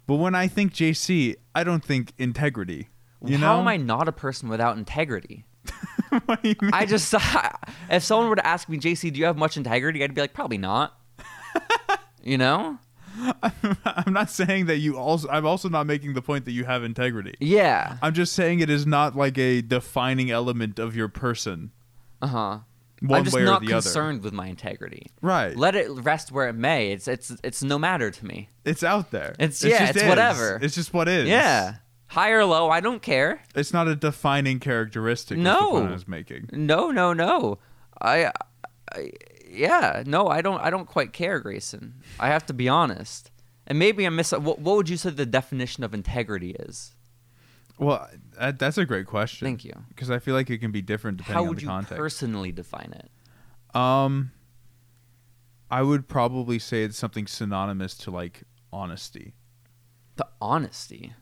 S2: But when I think JC, I don't think integrity. You
S1: how
S2: know?
S1: am i not a person without integrity
S2: [LAUGHS] What do you mean?
S1: i just [LAUGHS] if someone were to ask me jc do you have much integrity i'd be like probably
S2: [LAUGHS]
S1: not you know
S2: I'm not saying that you also. I'm also not making the point that you have integrity.
S1: yeah
S2: I'm just saying it is not like a defining element of your person,
S1: Uh-huh.
S2: one
S1: I'm just
S2: way
S1: not
S2: or the
S1: concerned with my integrity.
S2: other. Right.
S1: Let it rest where it may. It's it's it's no matter to me.
S2: it's out there.
S1: It's-
S2: It
S1: yeah,
S2: just
S1: it's
S2: is.
S1: whatever.
S2: It's just what is.
S1: Yeah. High or low, I don't care.
S2: It's not a defining characteristic. is the
S1: No.
S2: point I was making.
S1: No, no, no. I, I yeah, no, I don't I don't quite care, Grayson. I have to be honest. And maybe I miss what, what would you say the definition of integrity is?
S2: Well, that, that's a great question.
S1: Thank you.
S2: Because I feel like it can be different depending
S1: How
S2: on
S1: would
S2: the
S1: you
S2: context.
S1: personally define it?
S2: Um, I would probably say it's something synonymous to like honesty.
S1: The honesty.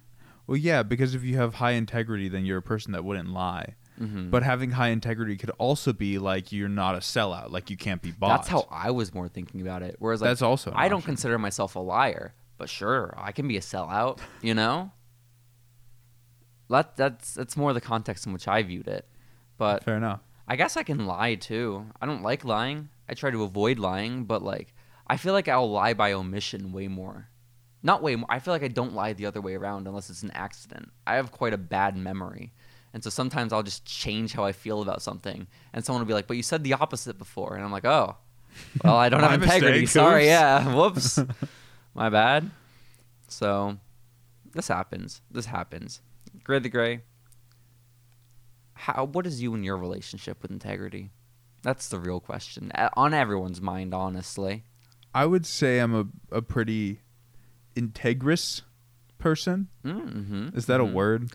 S2: Well, yeah, because if you have high integrity, then you're a person that wouldn't lie.
S1: Mhm.
S2: But having high integrity could also be like you're not a sellout, like you can't be bought.
S1: That's how I was more thinking about it. Whereas like,
S2: That's also. an
S1: I don't
S2: option.
S1: consider myself a liar, but sure, I can be a sellout, you
S2: [LAUGHS]
S1: know? That, that's that's more the context in which I viewed it. But
S2: Fair enough.
S1: I guess I can lie too. I don't like lying. I try to avoid lying, but like I feel like I'll lie by omission way more. Not way more. I feel like I don't lie the other way around unless it's an accident. I have quite a bad memory. And so sometimes I'll just change how I feel about something and someone will be like, "But you said the opposite before." And I'm like, "Oh. Well, I
S2: [LAUGHS]
S1: don't
S2: My
S1: have [LAUGHS] integrity.
S2: mistake.
S1: Sorry.
S2: Oops."
S1: Yeah. [LAUGHS]
S2: [LAUGHS]
S1: Whoops. My bad." So this happens. This happens. Gray the gray. How? What is you and your relationship with integrity? That's the real eh, question A- on everyone's mind, honestly.
S2: I would say I'm a, a pretty integrous person.
S1: Mm-hmm.
S2: Is that a word?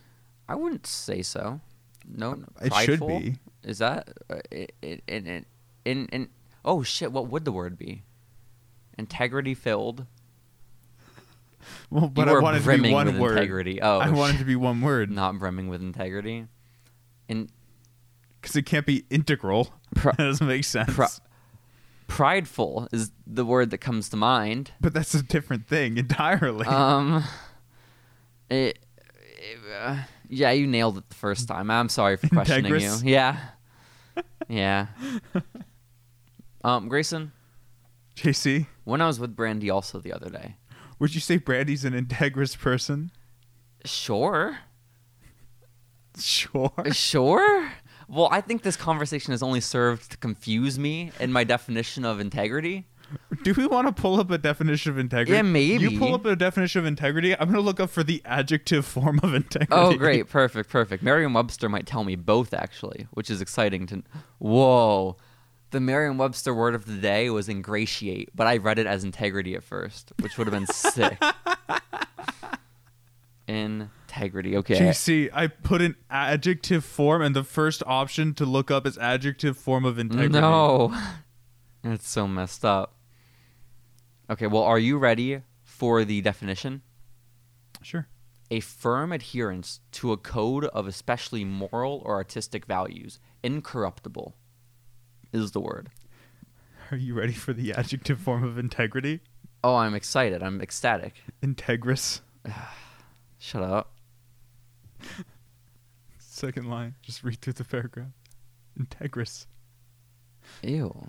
S1: I wouldn't say so. No,
S2: It should
S1: prideful?
S2: be.
S1: Is that uh, it? It in in in in- oh shit! What would the word be? Integrity filled.
S2: Well, but
S1: you
S2: I
S1: are
S2: wanted to
S1: brimming
S2: be one
S1: with
S2: word.
S1: integrity. Oh,
S2: I wanted
S1: shit.
S2: to be one word
S1: not brimming with integrity. And
S2: because it can't be integral.
S1: Pro-
S2: [LAUGHS] that doesn't make sense.
S1: pro- prideful is the word that comes to mind.
S2: but that's a different thing entirely. [LAUGHS]
S1: Um, [LAUGHS] it, it, uh, yeah, you nailed it the first time. I'm sorry for questioning
S2: Integrous?
S1: you. Yeah, yeah. Um, Grayson,
S2: JC,
S1: when I was with Brandy also the other day,
S2: would you say Brandy's an integrous person? [LAUGHS]
S1: sure,
S2: Sure.
S1: sure. Well, I think this conversation has only served to confuse me and my definition of integrity.
S2: Do we want to pull up a definition of integrity?
S1: Yeah, maybe.
S2: You pull up a definition of integrity. I'm gonna look up for the adjective form of integrity.
S1: Oh,
S2: [LAUGHS]
S1: great. Perfect. Perfect. Merriam Webster might tell me both, actually, which is exciting to. Whoa. The Merriam Webster word of the day was ingratiate, but I read it as integrity at first, which would have been sick. Integrity. Okay.
S2: JC, I put an adjective form, and the first option to look up is adjective form of integrity.
S1: No. [LAUGHS] It's so messed up. Okay. Well, are you ready for the definition?
S2: Sure.
S1: a firm adherence to a code of especially moral or artistic values, incorruptible, is the word.
S2: Are you ready for the adjective form of integrity?
S1: Oh, I'm excited. I'm ecstatic.
S2: Integrous.
S1: Shut up.
S2: Second line. Just read through the paragraph. Integrous.
S1: Ew.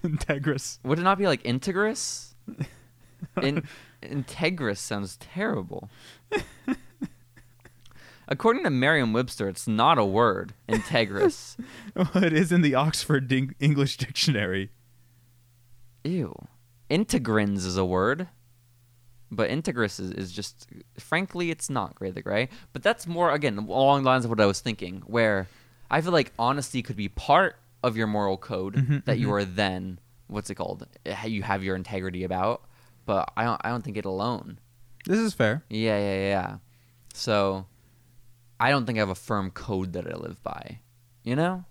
S2: [LAUGHS] Integrous.
S1: Would it not be like integrous? In- integrous sounds terrible. According to Merriam Webster, it's not a word, integrous.
S2: Oh, it is in the Oxford Ding- English Dictionary.
S1: Ew. Integrins is a word, but integris is, is just, frankly, it's not Grey the Grey. But that's more, again, along the lines of what I was thinking, where I feel like honesty could be part of your moral code that you are then, what's it called? eh, You have your integrity about, but I don't, I don't think it alone.
S2: This is fair.
S1: Yeah, yeah, yeah. So I don't think I have a firm code that I live by, you know?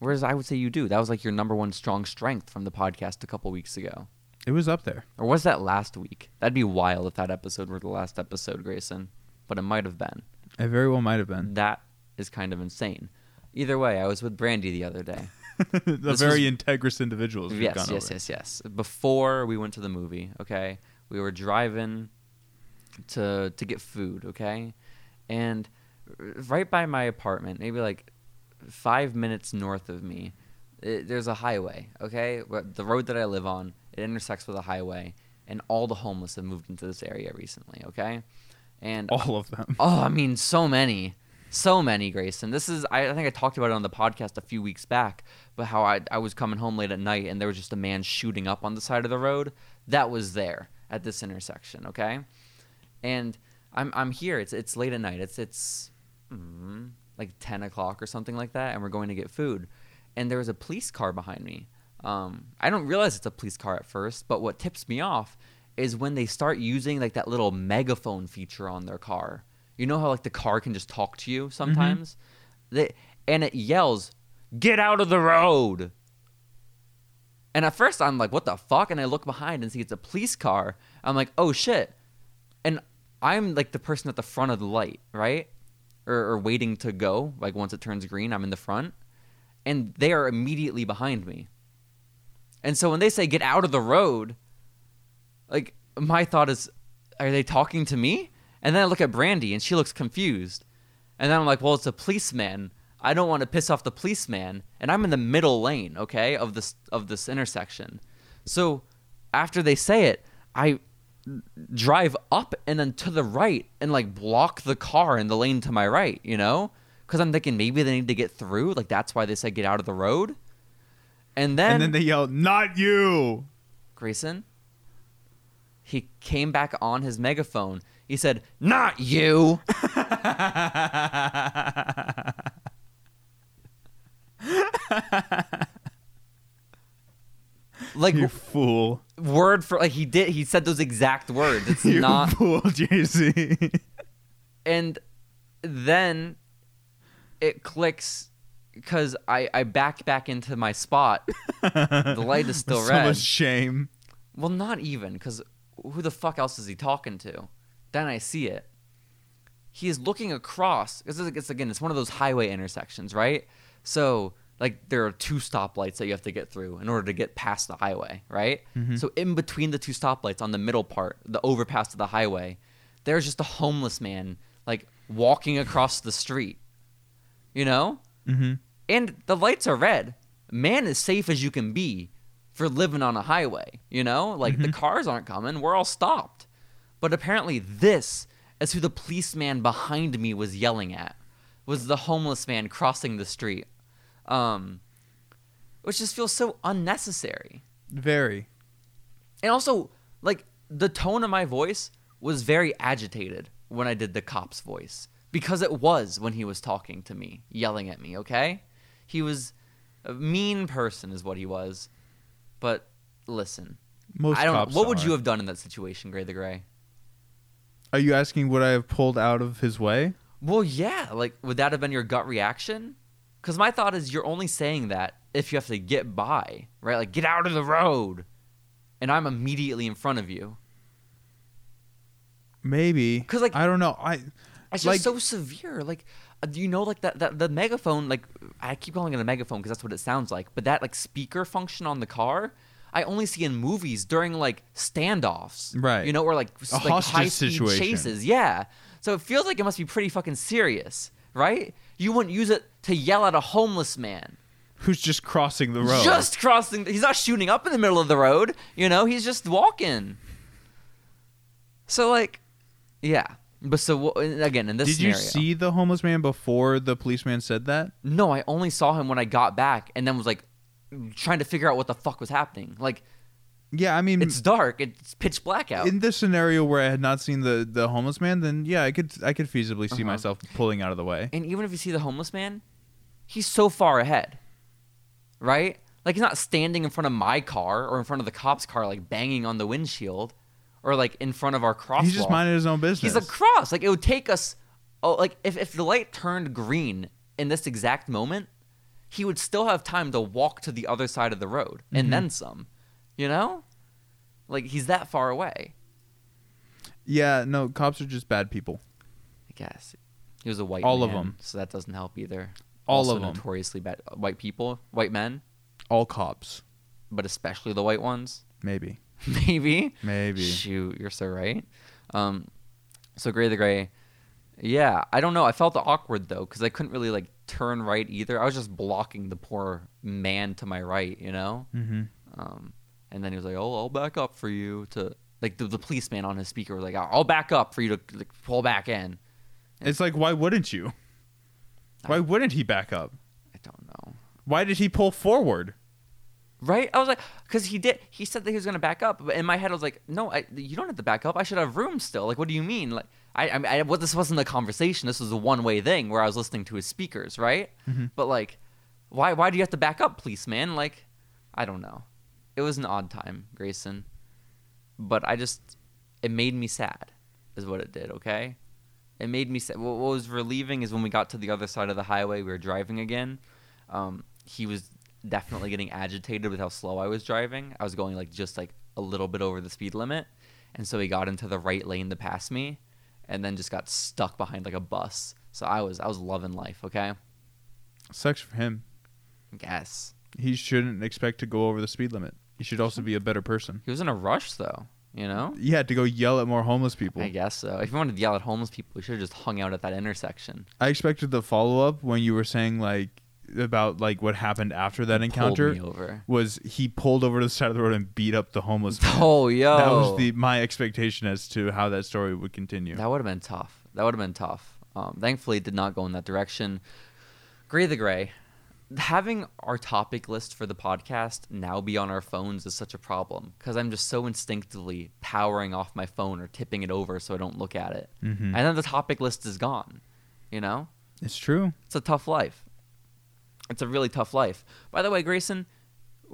S1: Whereas I would say you do. That was like your number one strong strength from the podcast a couple weeks ago.
S2: It was up there.
S1: Or was that last week? That'd be wild if that episode were the last episode, Grayson. But it might have been.
S2: It very well might have been.
S1: That is kind of insane. Either way, I was with Brandy the other day.
S2: [LAUGHS] the
S1: This
S2: very integrous individuals. we've
S1: yes,
S2: gone
S1: yes,
S2: over.
S1: yes, yes. Before we went to the movie, okay, we were driving to to get food, okay, and r- right by my apartment, maybe like five minutes north of me, i there's a highway, okay, Wh- the road that I live on, it intersects with a highway, and all the homeless have moved into this area recently, okay, and
S2: All of them.
S1: Oh, I mean, so many, so many, Grayson. This is, I, I think I talked about it on the podcast a few weeks back, but how I, I was coming home late at night and there was just a man shooting up on the side of the road. That was there at this intersection, okay? And I'm, I'm here. It's, it's late at night. It's, it's mm, like 10 o'clock or something like that, and we're going to get food. And there was a police car behind me. Um, I don't realize it's a police car at first, but what tips me off is when they start using like that little megaphone feature on their car. You know how like the car can just talk to you sometimes? They, and it yells, Get out of the road! And at first I'm like, What the fuck? And I look behind and see it's a police car. I'm like, Oh shit. And I'm like the person at the front of the light, right? Or, or waiting to go. Like once it turns green, I'm in the front. And they are immediately behind me. And so when they say get out of the road, like my thought is, are they talking to me? And then I look at Brandy and she looks confused. And then I'm like, well, it's a policeman. I don't want to piss off the policeman, and I'm in the middle lane, okay, of this of this intersection. So after they say it, I drive up and then to the right and like block the car in the lane to my right, you know? Because I'm thinking maybe they need to get through, like that's why they said get out of the road. And then,
S2: and then they yell, "Not you!"
S1: Grayson, he came back on his megaphone. He said, Not you.
S2: [LAUGHS]
S1: like,
S2: You fool!
S1: word for like he did. He said those exact words. It's
S2: [LAUGHS] You
S1: not.
S2: fool, JC.
S1: and then it clicks because I I back back into my
S2: [LAUGHS]
S1: spot. the light is still
S2: so
S1: red.
S2: much shame.
S1: Well, not even, because who the fuck else is he talking to? Then I see it. He is looking across. This is it's, again, it's one of those highway intersections, right? So, like, there are two stoplights that you have to get through in order to get past the highway, right? So, in between the two stoplights on the middle part, the overpass of the highway, there's just a homeless man, like, walking across the street, you know?
S2: Mm-hmm.
S1: and the lights are red. Man is safe as you can be for living on a highway, you know? Like the cars aren't coming, we're all stopped. But apparently this is who the policeman behind me was yelling at. Was the homeless man crossing the street. Um which just feels so unnecessary.
S2: Very.
S1: And also, like the tone of my voice was very agitated when I did the cop's voice because it was when he was talking to me, yelling at me, okay? He was a mean person is what he was. But listen,
S2: Most
S1: I don't
S2: cops
S1: what would
S2: are.
S1: you have done in that situation, Gray the Gray?
S2: Are you asking would I have pulled out of his way?
S1: Well, yeah, like would that have been your gut reaction? Cuz my thought is you're only saying that if you have to get by, right? Like get out of the road. And I'm immediately in front of you.
S2: Maybe.
S1: 'Cause, like-
S2: I don't know. I
S1: It's just
S2: Like-
S1: so severe. Like, uh, you know, like that, that the megaphone. Like, I keep calling it a megaphone because that's what it sounds like. But that like speaker function on the car, I only see in movies during like standoffs,
S2: Right.
S1: You know, or like, s-
S2: A
S1: like
S2: hostage
S1: high speed
S2: situation.
S1: chases. Yeah. So it feels like it must be pretty fucking serious, right? You wouldn't use it to yell at a homeless man
S2: who's just crossing the road.
S1: just crossing. He's not shooting up in the middle of the road. You know, he's just walking. So like, yeah. But so wh- again, in this
S2: Did you
S1: scenario-
S2: see the homeless man before the policeman said that?
S1: No, I only saw him when I got back, and then was like trying to figure out what the fuck was happening. Like
S2: Yeah, I mean
S1: it's dark, it's pitch black out.
S2: in this scenario where I had not seen the, the homeless man, then yeah, I could I could feasibly see
S1: Uh-huh.
S2: myself pulling out of the way.
S1: and even if you see the homeless man, he's so far ahead, right? Like he's not standing in front of my car or in front of the cop's car, like banging on the windshield, or like in front of our crosswalk.
S2: He's just minding his own business.
S1: He's across. Like it would take us. Oh, like if if the light turned green in this exact moment, he would still have time to walk to the other side of the road
S2: Mm-hmm.
S1: and then some. You know, like he's that far away.
S2: yeah, no, cops are just bad people.
S1: I guess he was a white.
S2: All of
S1: man,
S2: them.
S1: So that doesn't help either.
S2: All
S1: Also
S2: of them.
S1: Notoriously bad white people, white men,
S2: All cops.
S1: but especially the white ones. [LAUGHS]
S2: Maybe.
S1: Maybe.
S2: Maybe.
S1: Shoot, you're so right. Um, so Gray the Gray, yeah, I don't know. I felt awkward though because I couldn't really like turn right either. I was just blocking the poor man to my right, you know.
S2: Mm-hmm.
S1: Um, and then he was like, "Oh, I'll back up for you to." Like the, the policeman on his speaker was like, "I'll back up for you to like, pull back in."
S2: It's like why wouldn't you? Why wouldn't he back up?
S1: I don't know,
S2: Why did he pull forward?
S1: right? I was like, because he did. He said that he was gonna back up, but in my head, I was like, "No, I, you don't have to back up. I should have room still." Like, what do you mean? Like, I, I, mean, I well, this wasn't a conversation. This was a one-way thing where I was listening to his speakers, right? But like, why, why do you have to back up, policeman? Like, I don't know. It was an odd time, Grayson, but I just, it made me sad, is what it did. Okay. It made me sad. What what was relieving is when we got to the other side of the highway, we were driving again. Um, he was definitely getting agitated with how slow I was driving. I was going like just like a little bit over the speed limit, and so he got into the right lane to pass me, and then just got stuck behind like a bus. So I was I was loving life. Okay,
S2: Sucks for him.
S1: yes.
S2: He shouldn't expect to go over the speed limit. He should also be a better person.
S1: He was in a rush though, you know.
S2: Yeah, to go yell at more homeless people.
S1: I
S2: I,
S1: guess so. If you wanted to yell at homeless people, we should have just hung out at that intersection.
S2: expected the follow up when you were saying like about like what happened after that
S1: Pulled
S2: encounter
S1: me over. [LAUGHS]
S2: was he pulled over to the side of the road and beat up the homeless. man.
S1: Oh yo,
S2: That was the my expectation as to how that story would continue.
S1: That would have been tough. That would have been tough. Um, thankfully, it did not go in that direction. Gray the Gray. Having our topic list for the podcast now be on our phones is such a problem because I'm just so instinctively powering off my phone or tipping it over so I don't look at it.
S2: Mhm.
S1: And then the topic list is gone. You know?
S2: it's true.
S1: It's a tough life. It's a really tough life. By the way, Grayson,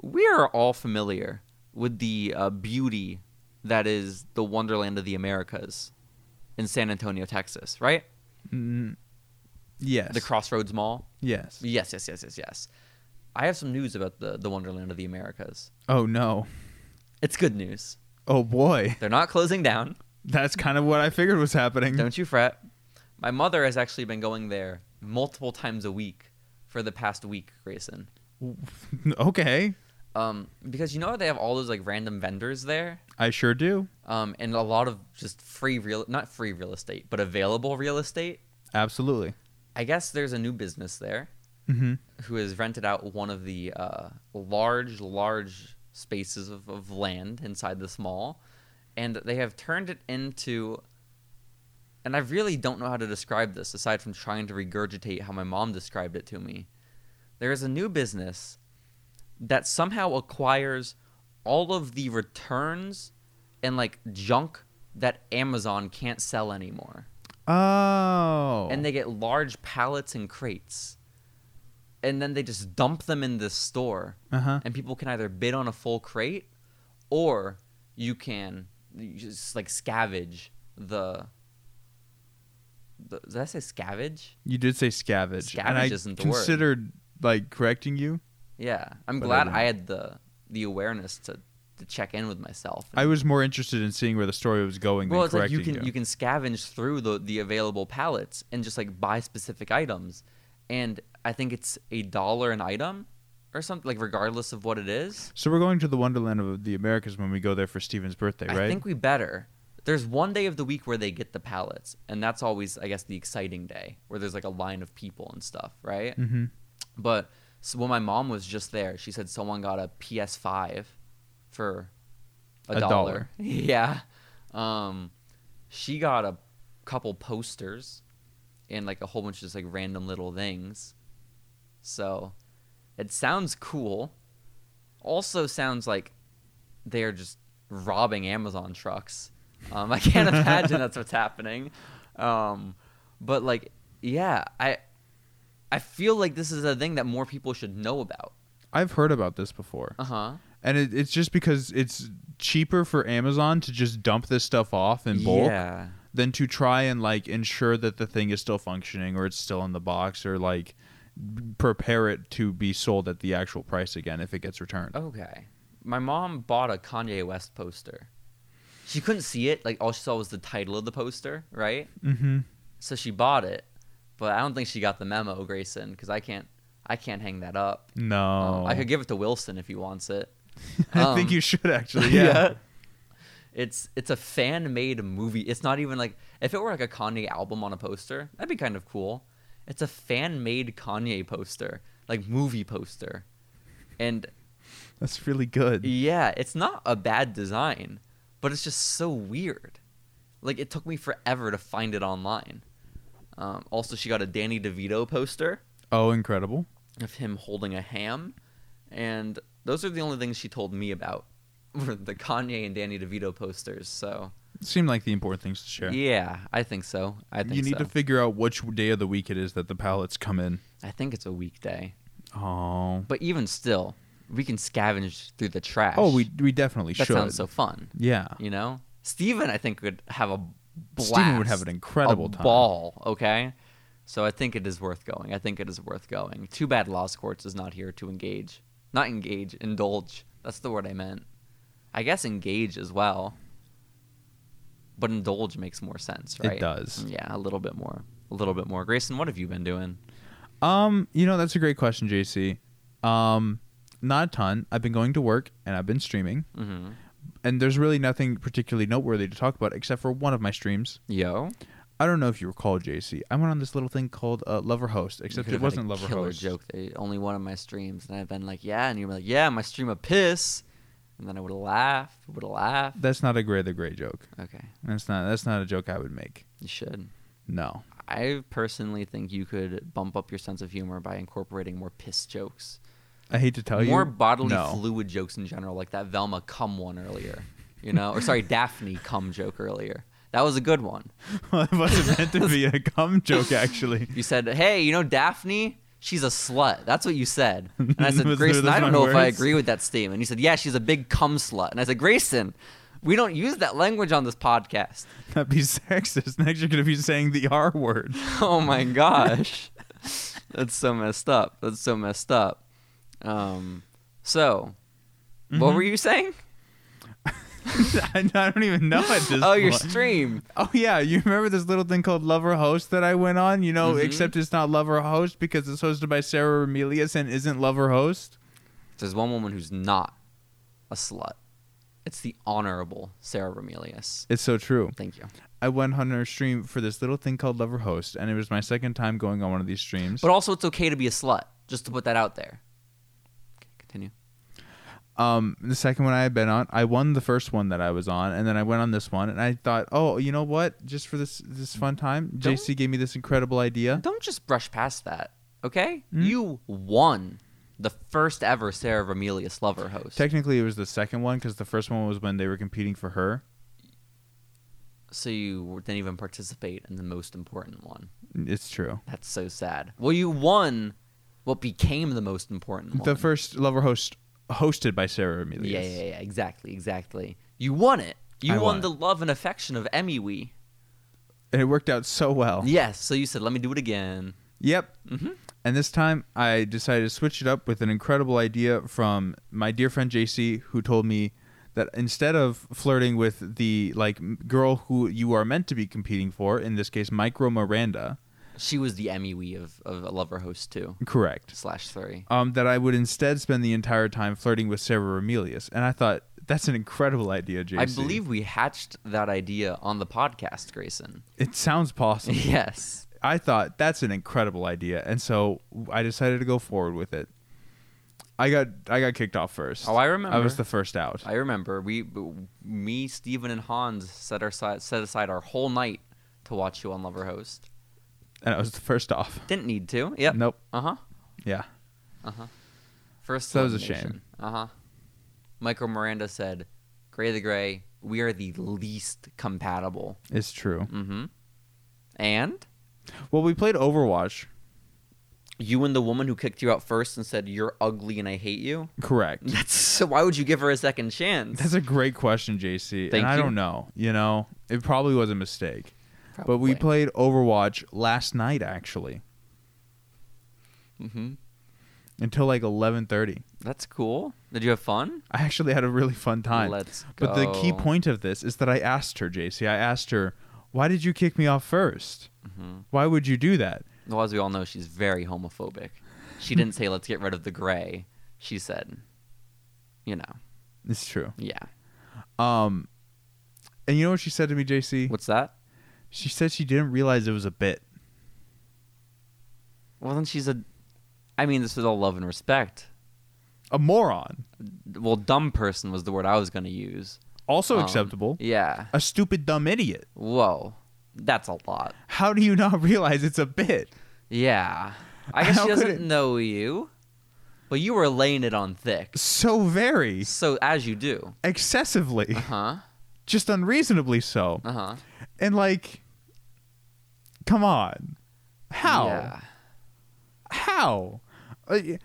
S1: we are all familiar with the uh, beauty that is the wonderland of the Americas in San Antonio, Texas, right?
S2: Mm, yes.
S1: The Crossroads Mall.
S2: Yes.
S1: Yes, yes, yes, yes, yes. I have some news about the the wonderland of the Americas.
S2: Oh no.
S1: It's good news.
S2: Oh boy.
S1: They're not closing down.
S2: That's kind of what I figured was happening.
S1: Don't you fret. My mother has actually been going there multiple times a week for the past week, Grayson.
S2: [LAUGHS] okay.
S1: Um, because you know how they have all those like random vendors there,
S2: I sure do.
S1: um, and a lot of just free real not free real estate, but available real estate.
S2: Absolutely.
S1: I guess there's a new business there
S2: Mm-hmm.
S1: who has rented out one of the uh, large, large spaces of, of land inside this mall, and they have turned it into. And I really don't know how to describe this aside from trying to regurgitate how my mom described it to me. There is a new business that somehow acquires all of the returns and like junk that Amazon can't sell anymore
S2: Oh.
S1: and they get large pallets and crates and then they just dump them in this store
S2: Uh huh.
S1: and people can either bid on a full crate or you can you just like scavenge the, the did i say scavenge
S2: You did say scavenge, and I
S1: Scavenge isn't the word.
S2: considered like correcting you.
S1: yeah i'm glad
S2: Whatever.
S1: i had the the awareness to to check in with myself
S2: I was more interested in seeing where the story was going
S1: well
S2: than
S1: it's like
S2: correcting
S1: you can you. can scavenge through the the available pallets and just like buy specific items and i think it's a dollar an item or something like regardless of what it is
S2: So we're going to the Wonderland of the Americas when we go there for Steven's birthday, right?
S1: i think we better there's one day of the week where they get the pallets and that's always i guess the exciting day where there's like a line of people and stuff right
S2: mm-hmm.
S1: but so when my mom was just there she said someone got a ps5 for a,
S2: A
S1: dollar,
S2: dollar.
S1: [LAUGHS] yeah um she got a couple posters and like a whole bunch of just like random little things so it sounds cool also sounds like they're just robbing amazon trucks um i can't imagine that's what's happening um but like yeah i I feel like this is a thing that more people should know about.
S2: I've heard about this before,
S1: Uh huh.
S2: and it, it's just because it's cheaper for Amazon to just dump this stuff off in bulk
S1: Yeah.
S2: than to try and like ensure that the thing is still functioning or it's still in the box or like prepare it to be sold at the actual price again if it gets returned.
S1: Okay. My mom bought a Kanye West poster. She couldn't see it. Like all she saw was the title of the poster, right?
S2: Mm-hmm.
S1: So she bought it, but I don't think she got the memo, Grayson, because I can't. I can't hang that up.
S2: No,
S1: Um, I
S2: Oh.
S1: could give it to Wilson if he wants it.
S2: [LAUGHS] I think
S1: um,
S2: you should
S1: [LAUGHS]
S2: actually. Yeah.
S1: It's it's a fan made movie. It's not even like if it were like a Kanye album on a poster, that'd be kind of cool. It's a fan made Kanye poster, like movie poster. And
S2: that's really good.
S1: yeah, it's not a bad design, but it's just so weird. Like it took me forever to find it online. Um, also, she got a Danny DeVito poster
S2: Oh, incredible.
S1: of him holding a ham, and those are the only things she told me about [LAUGHS] were the Kanye and Danny DeVito posters. So
S2: Seemed like the important things to share.
S1: yeah, I think so. I think
S2: you need
S1: so.
S2: to figure out which day of the week it is that the pallets come in.
S1: I think it's a weekday,
S2: Oh.
S1: but even still, we can scavenge through the trash.
S2: Oh, we we definitely
S1: that
S2: should.
S1: sounds so fun.
S2: yeah.
S1: You know, Steven, I think would have a blast.
S2: Steven would have an incredible
S1: a
S2: time.
S1: ball. Okay, so I think it is worth going. I think it is worth going. Too bad Lost Courts is not here to engage, not engage, indulge. That's the word I meant. I guess engage as well, but indulge makes more sense,
S2: It
S1: right?
S2: does.
S1: Yeah, a little bit more. A little bit more. Grayson, what have you been doing? Mm.
S2: Um, you know, that's a great question, JC. Um, not a ton. I've been going to work and I've been streaming.
S1: Mm-hmm.
S2: And there's really nothing particularly noteworthy to talk about except for one of my streams.
S1: Yo,
S2: I don't know if you recall, JC. I went on this little thing called uh, Lover Host, except
S1: Could've
S2: it
S1: had a
S2: wasn't Lover
S1: killer
S2: Host.
S1: joke. They only one of my streams, and I've been like, yeah, and you were like, yeah, my stream of piss, and then I would have laughed, would have laughed.
S2: That's not a Grey the Grey joke.
S1: Okay,
S2: That's not that's not a joke I would make.
S1: you should.
S2: No.
S1: I personally think you could bump up your sense of humor by incorporating more piss jokes,
S2: I hate to tell you.
S1: more bodily
S2: no.
S1: fluid jokes in general, like that Velma cum one earlier, you know, or sorry, [LAUGHS] Daphne cum joke earlier. That was a good one.
S2: [LAUGHS] Well, it wasn't meant to be a cum joke, actually.
S1: You said, hey, you know Daphne? she's a slut. That's what you
S2: [LAUGHS]
S1: said. And I said,
S2: Was-
S1: Grayson,
S2: those
S1: I don't
S2: my
S1: know if I
S2: words?
S1: agree with that statement. He said, Yeah, she's a big cum slut. And I said, Grayson, we don't use that language on this podcast.
S2: That'd be [LAUGHS] sexist. Next, you're gonna be saying the R word.
S1: [LAUGHS] oh my gosh [LAUGHS] that's so messed up that's so messed up um so what
S2: Mm-hmm.
S1: were you saying
S2: [LAUGHS] I don't even know at this.
S1: oh your
S2: point.
S1: stream
S2: Oh yeah, you remember this little thing called Lover Host that I went on? You know, except it's not Lover Host because it's hosted by Sarah Remelius and isn't Lover Host.
S1: there's one woman who's not a slut it's the honorable sarah remelius
S2: It's so true.
S1: thank you
S2: I went on her stream for this little thing called Lover Host, and it was my second time going on one of these streams.
S1: but also it's okay to be a slut just to put that out there okay, continue
S2: um, the second one I had been on, I won the first one that I was on, and then I went on this one, and I thought, oh, you know what? Just for this this fun time,
S1: Don't-
S2: JC gave me this incredible idea.
S1: don't just brush past that okay you won the first ever sarah remelius lover host
S2: Technically, it was the second one because the first one was when they were competing for her.
S1: so you didn't even participate in the most important one
S2: It's true.
S1: That's so sad. Well, you won what became the most important one.
S2: The first Lover Host hosted by Sarah Remelius.
S1: Yeah, yeah, yeah. Exactly, exactly. You won it. You
S2: I
S1: won,
S2: won
S1: the love and affection of Emmy Wee.
S2: And it worked out so well.
S1: Yes. So you said, let me do it again.
S2: Yep.
S1: Mhm.
S2: And this time I decided to switch it up with an incredible idea from my dear friend JC, who told me that instead of flirting with the like m- girl who you are meant to be competing for, in this case, Micro Miranda,
S1: She was the Emmy Wee of, of a lover host two
S2: correct,
S1: slash three.
S2: um, that I would instead spend the entire time flirting with Sarah Remelius. And I thought that's an incredible idea, JC.
S1: I believe we hatched that idea on the podcast,
S2: [LAUGHS]
S1: Grayson.
S2: it
S1: [LAUGHS]
S2: sounds possible.
S1: yes.
S2: I thought that's an incredible idea, and so I decided to go forward with it. I got I got kicked off first.
S1: Oh, I remember.
S2: I was the first out.
S1: I remember we, me, Steven, and Hans set our si- set aside our whole night to watch you on Lover Host.
S2: and I was the first off.
S1: Didn't need to. Yep.
S2: Nope.
S1: Uh huh.
S2: Yeah.
S1: Uh-huh. First,
S2: So that was a shame.
S1: Uh huh. Michael Miranda said, "Gray the Gray, we are the least compatible."
S2: It's true.
S1: Mm-hmm. And
S2: Well, we played Overwatch.
S1: you and the woman who kicked you out first and said you're ugly and I hate you.
S2: Correct.
S1: [LAUGHS] That's so. Why would you give her a second chance?
S2: [LAUGHS] That's a great question, JC.
S1: Thank
S2: and I
S1: you.
S2: don't know. You know, it probably was a mistake. But
S1: Probably.
S2: we played Overwatch last night actually
S1: Mhm.
S2: until like 11:30.
S1: That's cool. Did you have fun?
S2: I actually had a really fun time.
S1: Let's
S2: But the key
S1: go.
S2: point of this is that I asked her, JC. I asked her, "Why did you kick me off 1st Why would you do that?"
S1: Mm-hmm. Well, as we all know, she's very homophobic. She didn't say let's get rid of the gray. She said, you know,
S2: It's true.
S1: yeah.
S2: Um and you know what she said to me, JC?
S1: What's that?
S2: She said she didn't realize it was a bit.
S1: Well, then she's a. I mean, this is all love and respect.
S2: A moron.
S1: well, dumb person was the word I was going to use.
S2: Also
S1: Um,
S2: acceptable.
S1: Yeah.
S2: a stupid dumb idiot.
S1: Whoa. That's a lot.
S2: How do you not [LAUGHS] realize it's a bit?
S1: Yeah. I
S2: [LAUGHS]
S1: guess
S2: How
S1: she
S2: could
S1: doesn't
S2: it-
S1: know you, but you were laying it on
S2: [LAUGHS]
S1: thick.
S2: So very
S1: So, as you do.
S2: excessively,
S1: Uh huh.
S2: just unreasonably so.
S1: Uh huh.
S2: And like come on. How?
S1: Yeah.
S2: How? Uh, y-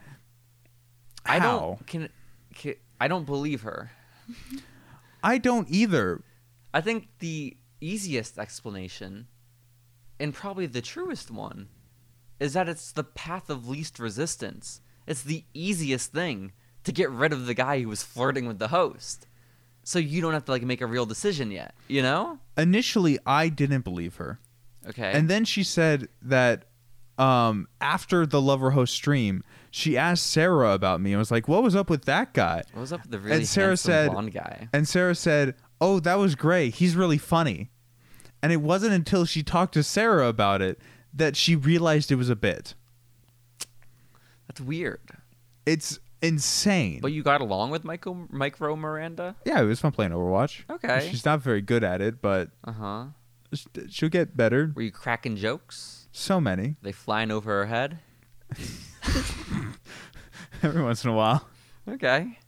S1: I
S2: How?
S1: don't. Can, can, I don't believe her.
S2: I don't either.
S1: I think the easiest explanation, and probably the truest one, is that it's the path of least resistance. It's the easiest thing to get rid of the guy who was flirting with the host. So you don't have to like make a real decision yet, you know?
S2: Initially I didn't believe her.
S1: Okay.
S2: And then she said that um, after the lover host stream, she asked Sarah about me and was like, "What was up with that guy?"
S1: what was up with the really
S2: Sarah
S1: handsome
S2: said-
S1: blonde guy?
S2: And Sarah said, "Oh, that was great. He's really funny." And it wasn't until she talked to Sarah about it that she realized it was a bit.
S1: That's weird.
S2: It's insane.
S1: But you got along with Michael Micro Miranda?
S2: yeah, it was fun playing Overwatch.
S1: Okay.
S2: She's not very good at it, but
S1: Uh huh.
S2: sh- she'll get better.
S1: Were you cracking jokes?
S2: So many [LAUGHS]
S1: They flying over her head?
S2: every once in a while.
S1: Okay,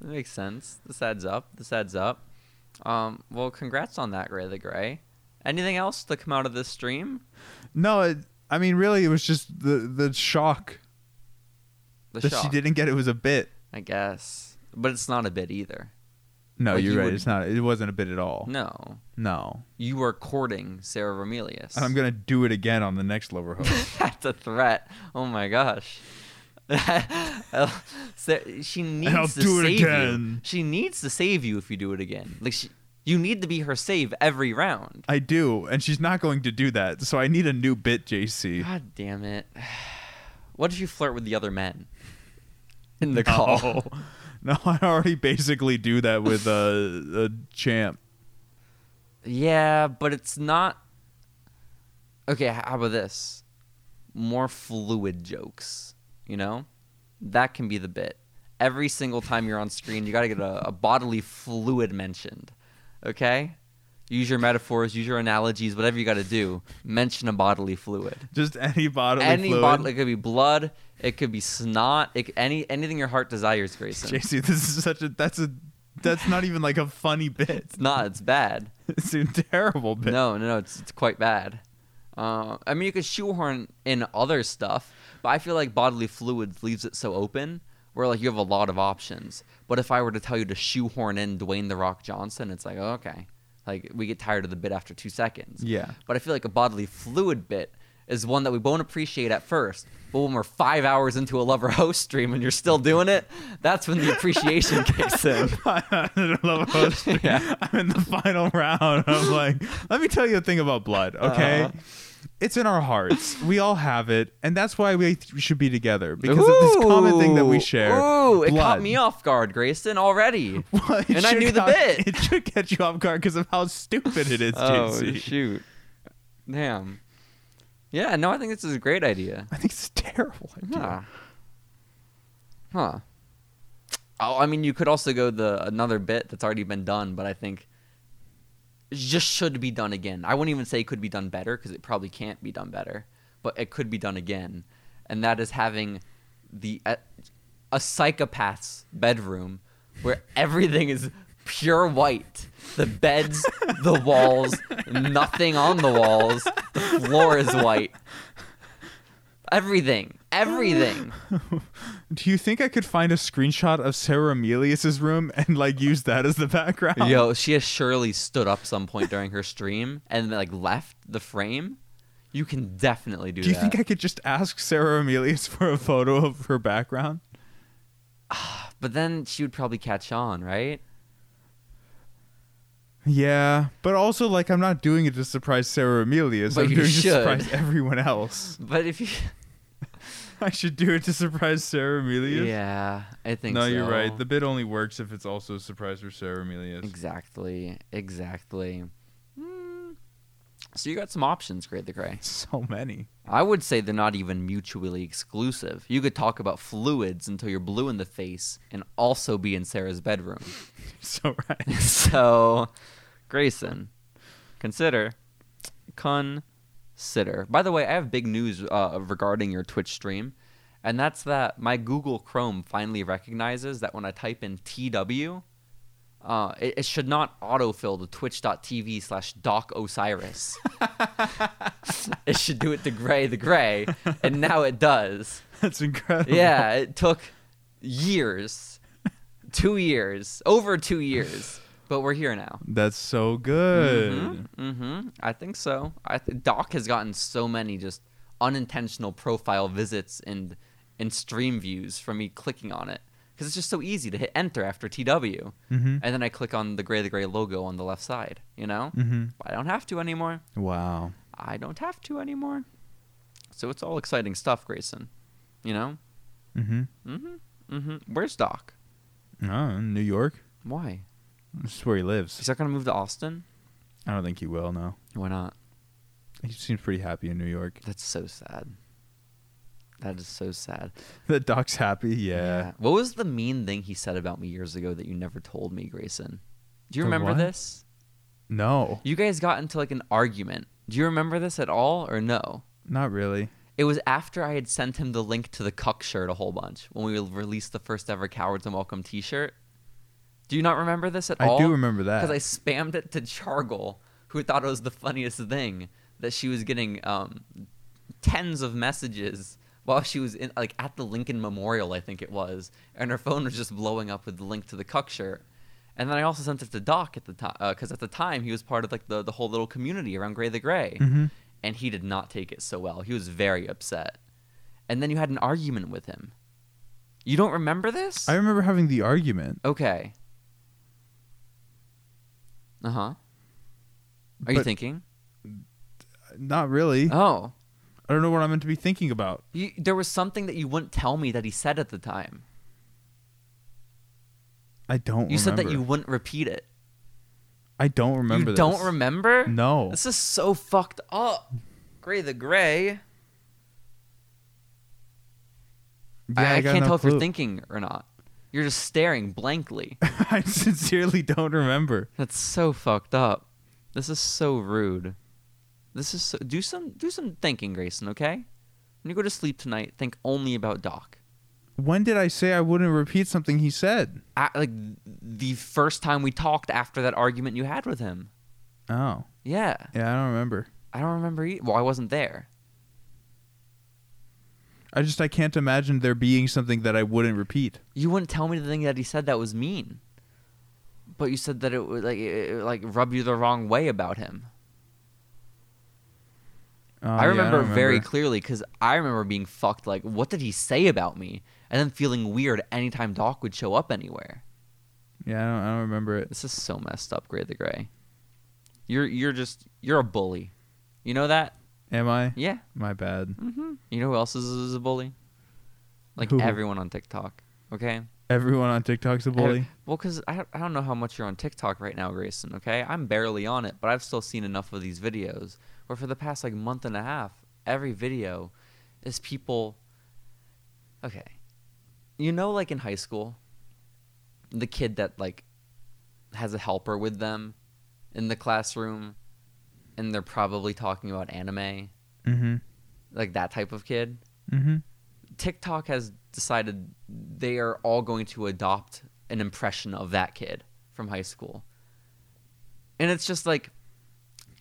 S1: that makes sense. This adds up. This adds up. Um, well, congrats on that, Gray the Gray. Anything else to come out of this stream?
S2: No, it, I mean really it was just the the shock
S1: The
S2: that she
S1: shock.
S2: didn't get it was a bit.
S1: I guess. But it's not a bit either.
S2: No,
S1: Like,
S2: you're
S1: you Hmm.
S2: right.
S1: would-
S2: It's not. It wasn't a bit at all.
S1: No.
S2: No.
S1: You were courting Sarah Romelius.
S2: And I'm gonna do it again on the next Lover Hook.
S1: [LAUGHS] That's a threat. Oh my gosh. [LAUGHS] Sa- she needs
S2: I'll
S1: to
S2: do it
S1: save you.
S2: again.
S1: She needs to save you if you do it again. Like she, you need to be her save every round.
S2: I do, and she's not going to do that. So I need a new
S1: [GASPS]
S2: bit, JC.
S1: God damn it. [SIGHS] What if you flirt with the other men? In the call.
S2: [LAUGHS] No, I already basically do that with a, a champ.
S1: [LAUGHS] Yeah, but it's not Okay, h- how about this? More fluid jokes, you know? That can be the bit. Every single time you're on screen, you got to get a, a bodily fluid mentioned. Okay? Use your metaphors, use your analogies, whatever you got to do. Mention a bodily fluid.
S2: Just any bodily
S1: any
S2: fluid.
S1: bodily, it could be blood, it could be snot, it, c- any anything your heart desires, Grayson.
S2: JC, this is such a. That's a. That's not even like a funny bit.
S1: It's not, it's bad.
S2: [LAUGHS] It's a terrible bit.
S1: No, no, no, it's, it's quite bad. Uh, I mean, you could shoehorn in other stuff, but I feel like bodily fluids leaves it so open where like you have a lot of options. But if I were to tell you to shoehorn in Dwayne the Rock Johnson, it's like oh, okay, like we get tired of the bit after two seconds.
S2: Yeah.
S1: But I feel like a bodily fluid bit is one that we won't appreciate at first, but when we're five hours into a lover host stream and you're still doing it, that's when the appreciation [LAUGHS] kicks in.
S2: [LAUGHS] I love hosting.
S1: Yeah.
S2: I'm in the final round.
S1: [LAUGHS]
S2: I'm like, let me tell you a thing about blood, okay?
S1: Uh-huh.
S2: It's in our hearts. We all have it, and that's why we th- should be together because of this common thing that we
S1: Ooh,
S2: share.
S1: Ooh, it
S2: blood.
S1: caught me off guard, Grayson, already.
S2: [LAUGHS] Well, it
S1: And I
S2: should
S1: knew the
S2: caught-
S1: bit.
S2: It should catch you off guard because of how stupid it is,
S1: [LAUGHS] oh
S2: JC.
S1: shoot! Damn. Yeah, no, I think this is a great idea.
S2: I think it's a terrible. Idea.
S1: Huh. Huh. Oh, I mean, you could also go the another bit that's already been done, but I think it just should be done again. I wouldn't even say it could be done better because it probably can't be done better, but it could be done again, and that is having the a, a psychopath's bedroom where everything is pure white. The beds, the walls, nothing on the walls. The floor is white. Everything, everything.
S2: Do you think I could find a screenshot of Sarah Amelius's room and like use that as the background?
S1: Yo, she has surely stood up some point during her stream and like left the frame. You can definitely do,
S2: Do you
S1: that.
S2: think I could just ask Sarah Amelius for a photo of her background?
S1: but then she would probably catch on, right?
S2: Yeah, but also like I'm not doing it to surprise Sarah Amelius.
S1: But
S2: I'm
S1: you
S2: doing
S1: should.
S2: it to surprise everyone else. [LAUGHS]
S1: But if you,
S2: I should do it to surprise Sarah Amelius.
S1: yeah, I think
S2: No,
S1: so.
S2: you're right. The bit only works if it's also a surprise for Sarah Amelius.
S1: exactly, exactly. Mm. So you got some options, Great the Gray.
S2: So many. [LAUGHS]
S1: I would say they're not even mutually exclusive. You could talk about fluids until you're blue in the face and also be in Sarah's bedroom.
S2: So right.
S1: [LAUGHS]
S2: [LAUGHS]
S1: so, Grayson, consider, consider. By the way, I have big news uh, regarding your Twitch stream, and that's that my Google Chrome finally recognizes that when I type in TW, uh, it, it should not autofill to twitch.tv slash Doc Osiris. it should do it to Gray the Gray, and now it does.
S2: That's incredible.
S1: Yeah, it took years, two years, over two years, but we're here now.
S2: That's so good.
S1: Mm-hmm. I think so. I th- Doc has gotten so many just unintentional profile visits and and stream views from me clicking on it because it's just so easy to hit enter after TW, and
S2: Mm-hmm.
S1: then I click on the gray the gray logo on the left side. You know,
S2: Mhm.
S1: I don't have to anymore.
S2: Wow.
S1: I don't have to anymore. So it's all exciting stuff, Grayson. You know.
S2: Mm-hmm.
S1: Mm-hmm. Where's Doc?
S2: Oh, New York.
S1: Why?
S2: This is where he
S1: He's
S2: lives.
S1: not gonna move to Austin.
S2: I don't think he will. No,
S1: Why not?
S2: he seems pretty happy in New York. [LAUGHS]
S1: That's so sad. That is so sad.
S2: The Doc's happy. Yeah.
S1: What was the mean thing he said about me years ago that you never told me, Grayson? Do you
S2: The
S1: remember
S2: what?
S1: this?
S2: No,
S1: You guys got into like an argument. Do you remember this at all or no?
S2: not really.
S1: It was after I had sent him the link to the cuck shirt a whole bunch when we released the first ever Cowards and Welcome t shirt. Do you not remember this at all?
S2: I do remember that.
S1: because I spammed it to Chargle, who thought it was the funniest thing that she was getting um, tens of messages while she was in like at the Lincoln Memorial, I think it was, and her phone was just blowing up with the link to the cuck shirt. And then I also sent it to Doc at the time because at the time he was part of like the the whole little community around Gray the gray
S2: Mm. Mm-hmm.
S1: and he did not take it so well. He was very upset. And then you had an argument with him. You don't remember this?
S2: I remember having the argument.
S1: Okay. Uh huh. Are you
S2: But-
S1: thinking?
S2: Not really.
S1: Oh,
S2: I don't know what I'm meant to be thinking about.
S1: you, there was something that you wouldn't tell me that he said at the time.
S2: I don't.
S1: You said that you
S2: remember.
S1: wouldn't repeat it.
S2: I don't remember.
S1: you
S2: this.
S1: don't remember?
S2: No.
S1: This is so fucked up. Gray the Gray.
S2: Yeah,
S1: I, I
S2: got
S1: can't
S2: no
S1: tell if
S2: clue.
S1: you're thinking or not. You're just staring blankly.
S2: [LAUGHS] I sincerely don't remember.
S1: That's so fucked up. This is so rude. This is so, do some do some thinking, Grayson. Okay, when you go to sleep tonight, think only about Doc.
S2: When did I say I wouldn't repeat something he said?
S1: I, like the first time we talked after that argument you had with him.
S2: Oh,
S1: Yeah,
S2: yeah, I don't remember.
S1: I don't remember. E- well, I wasn't there.
S2: I just I can't imagine there being something that I wouldn't repeat.
S1: You wouldn't tell me the thing that he said that was mean. But you said that it would like it, it would, like rub you the wrong way about him.
S2: Oh, yeah,
S1: I, remember
S2: don't
S1: very
S2: remember.
S1: clearly because I remember being fucked. Like, what did he say about me? And then feeling weird anytime Doc would show up anywhere.
S2: Yeah, I don't, I don't remember it.
S1: This is so messed up, Gray the Gray. You're you're just you're a bully. You know that?
S2: Am I?
S1: Yeah.
S2: My bad.
S1: Mm-hmm. You know who else is, is a bully? Like
S2: Who?
S1: everyone on TikTok. Okay.
S2: Everyone on TikTok's a bully.
S1: Ev- well, because I, don't- I don't know how much you're on TikTok right now, Grayson. Okay, I'm barely on it, but I've still seen enough of these videos. Where for the past like month and a half, every video is people. Okay, you know, like in high school, the kid that like has a helper with them in the classroom, and they're probably talking about anime,
S2: Mm-hmm.
S1: like that type of kid.
S2: Mm-hmm.
S1: TikTok has decided they are all going to adopt an impression of that kid from high school. And it's just like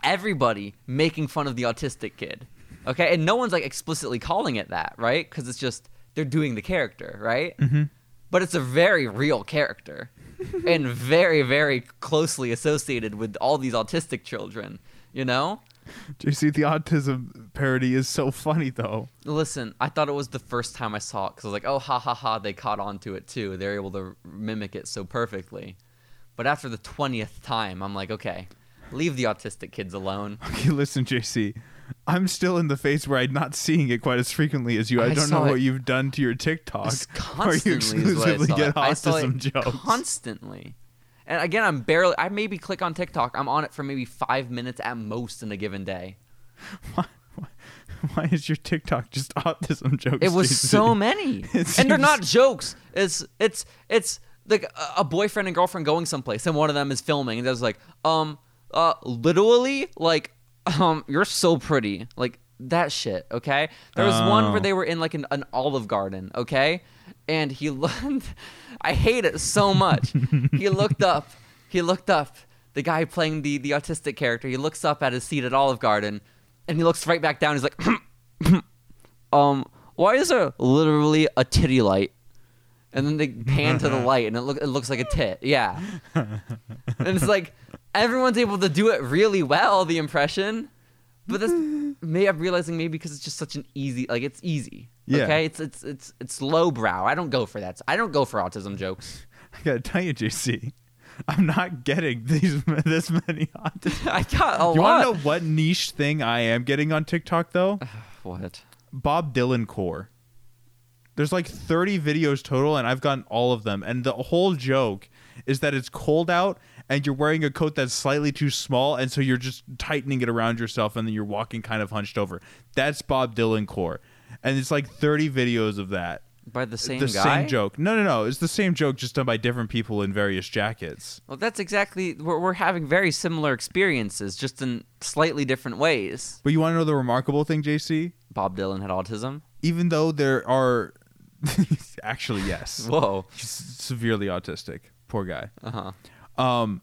S1: everybody making fun of the autistic kid. Okay? And no one's like explicitly calling it that, right? Cuz it's just they're doing the character, right?
S2: Mhm.
S1: But it's a very real character [LAUGHS] and very very closely associated with all these autistic children, you know?
S2: JC, the autism parody is so funny though.
S1: Listen, I thought it was the first time I saw it because I was like, oh, ha ha ha, they caught on to it too. They're able to mimic it so perfectly. But after the 20th time, I'm like, okay, leave the autistic kids
S2: [LAUGHS]
S1: alone.
S2: Okay, listen, JC. I'm still in the phase where I'm not seeing it quite as frequently as you. I,
S1: I
S2: don't
S1: saw
S2: know what
S1: it
S2: you've done to your TikTok. [LAUGHS]
S1: It's
S2: where
S1: constantly
S2: you
S1: is what I
S2: exclusively
S1: saw
S2: get
S1: it. I saw
S2: autism
S1: it
S2: jokes.
S1: constantly. And again, I'm barely, I maybe click on TikTok. I'm on it for maybe five minutes at most in a given day.
S2: why, why, [LAUGHS] why is your TikTok just autism jokes?
S1: It was
S2: JC?
S1: so many,
S2: It
S1: and they're not
S2: seems-
S1: jokes. It's it's it's like a- a boyfriend and girlfriend going someplace, and one of them is filming, and there's like, um, uh, literally, like, um, you're so pretty, like that shit. Okay, there was one
S2: Oh.
S1: where they were in like an, an Olive Garden. Okay, and he [LAUGHS] looked, I hate it so much. he looked up. He looked up. The guy playing the the autistic character. He looks up at his seat at Olive Garden, and he looks right back down. He's like. [CLEARS THROAT] um, why is there literally a titty light? And then they pan
S2: [LAUGHS]
S1: to the light, and it look it looks like a tit. Yeah, and it's like everyone's able to do it really well. The impression, but that's may I'm realizing maybe because it's just such an easy like it's easy.
S2: Yeah.
S1: Okay, it's it's it's it's lowbrow. I don't go for that. I don't go for autism jokes. [LAUGHS]
S2: I gotta tell you, JC, I'm not getting these [LAUGHS] this many autism.
S1: I got a lot. Uh-huh.
S2: You want to know what niche thing I am getting on TikTok though?
S1: what?
S2: Bob Dylan core. There's like 30 videos total, and I've gotten all of them. And the whole joke is that it's cold out, and you're wearing a coat that's slightly too small, and so you're just tightening it around yourself, and then you're walking kind of hunched over. That's Bob Dylan core, and it's like 30 videos of that.
S1: By the same
S2: the
S1: guy?
S2: same joke. No, no, no. It's the same joke, just done by different people in various jackets.
S1: Well, that's exactly we're we're having very similar experiences, just in slightly different ways.
S2: But you want to know the remarkable thing, JC?
S1: Bob Dylan had autism.
S2: Even though there are, [LAUGHS] actually,
S1: [LAUGHS]
S2: yes,
S1: Whoa.
S2: he's severely autistic. Poor guy.
S1: Uh huh.
S2: um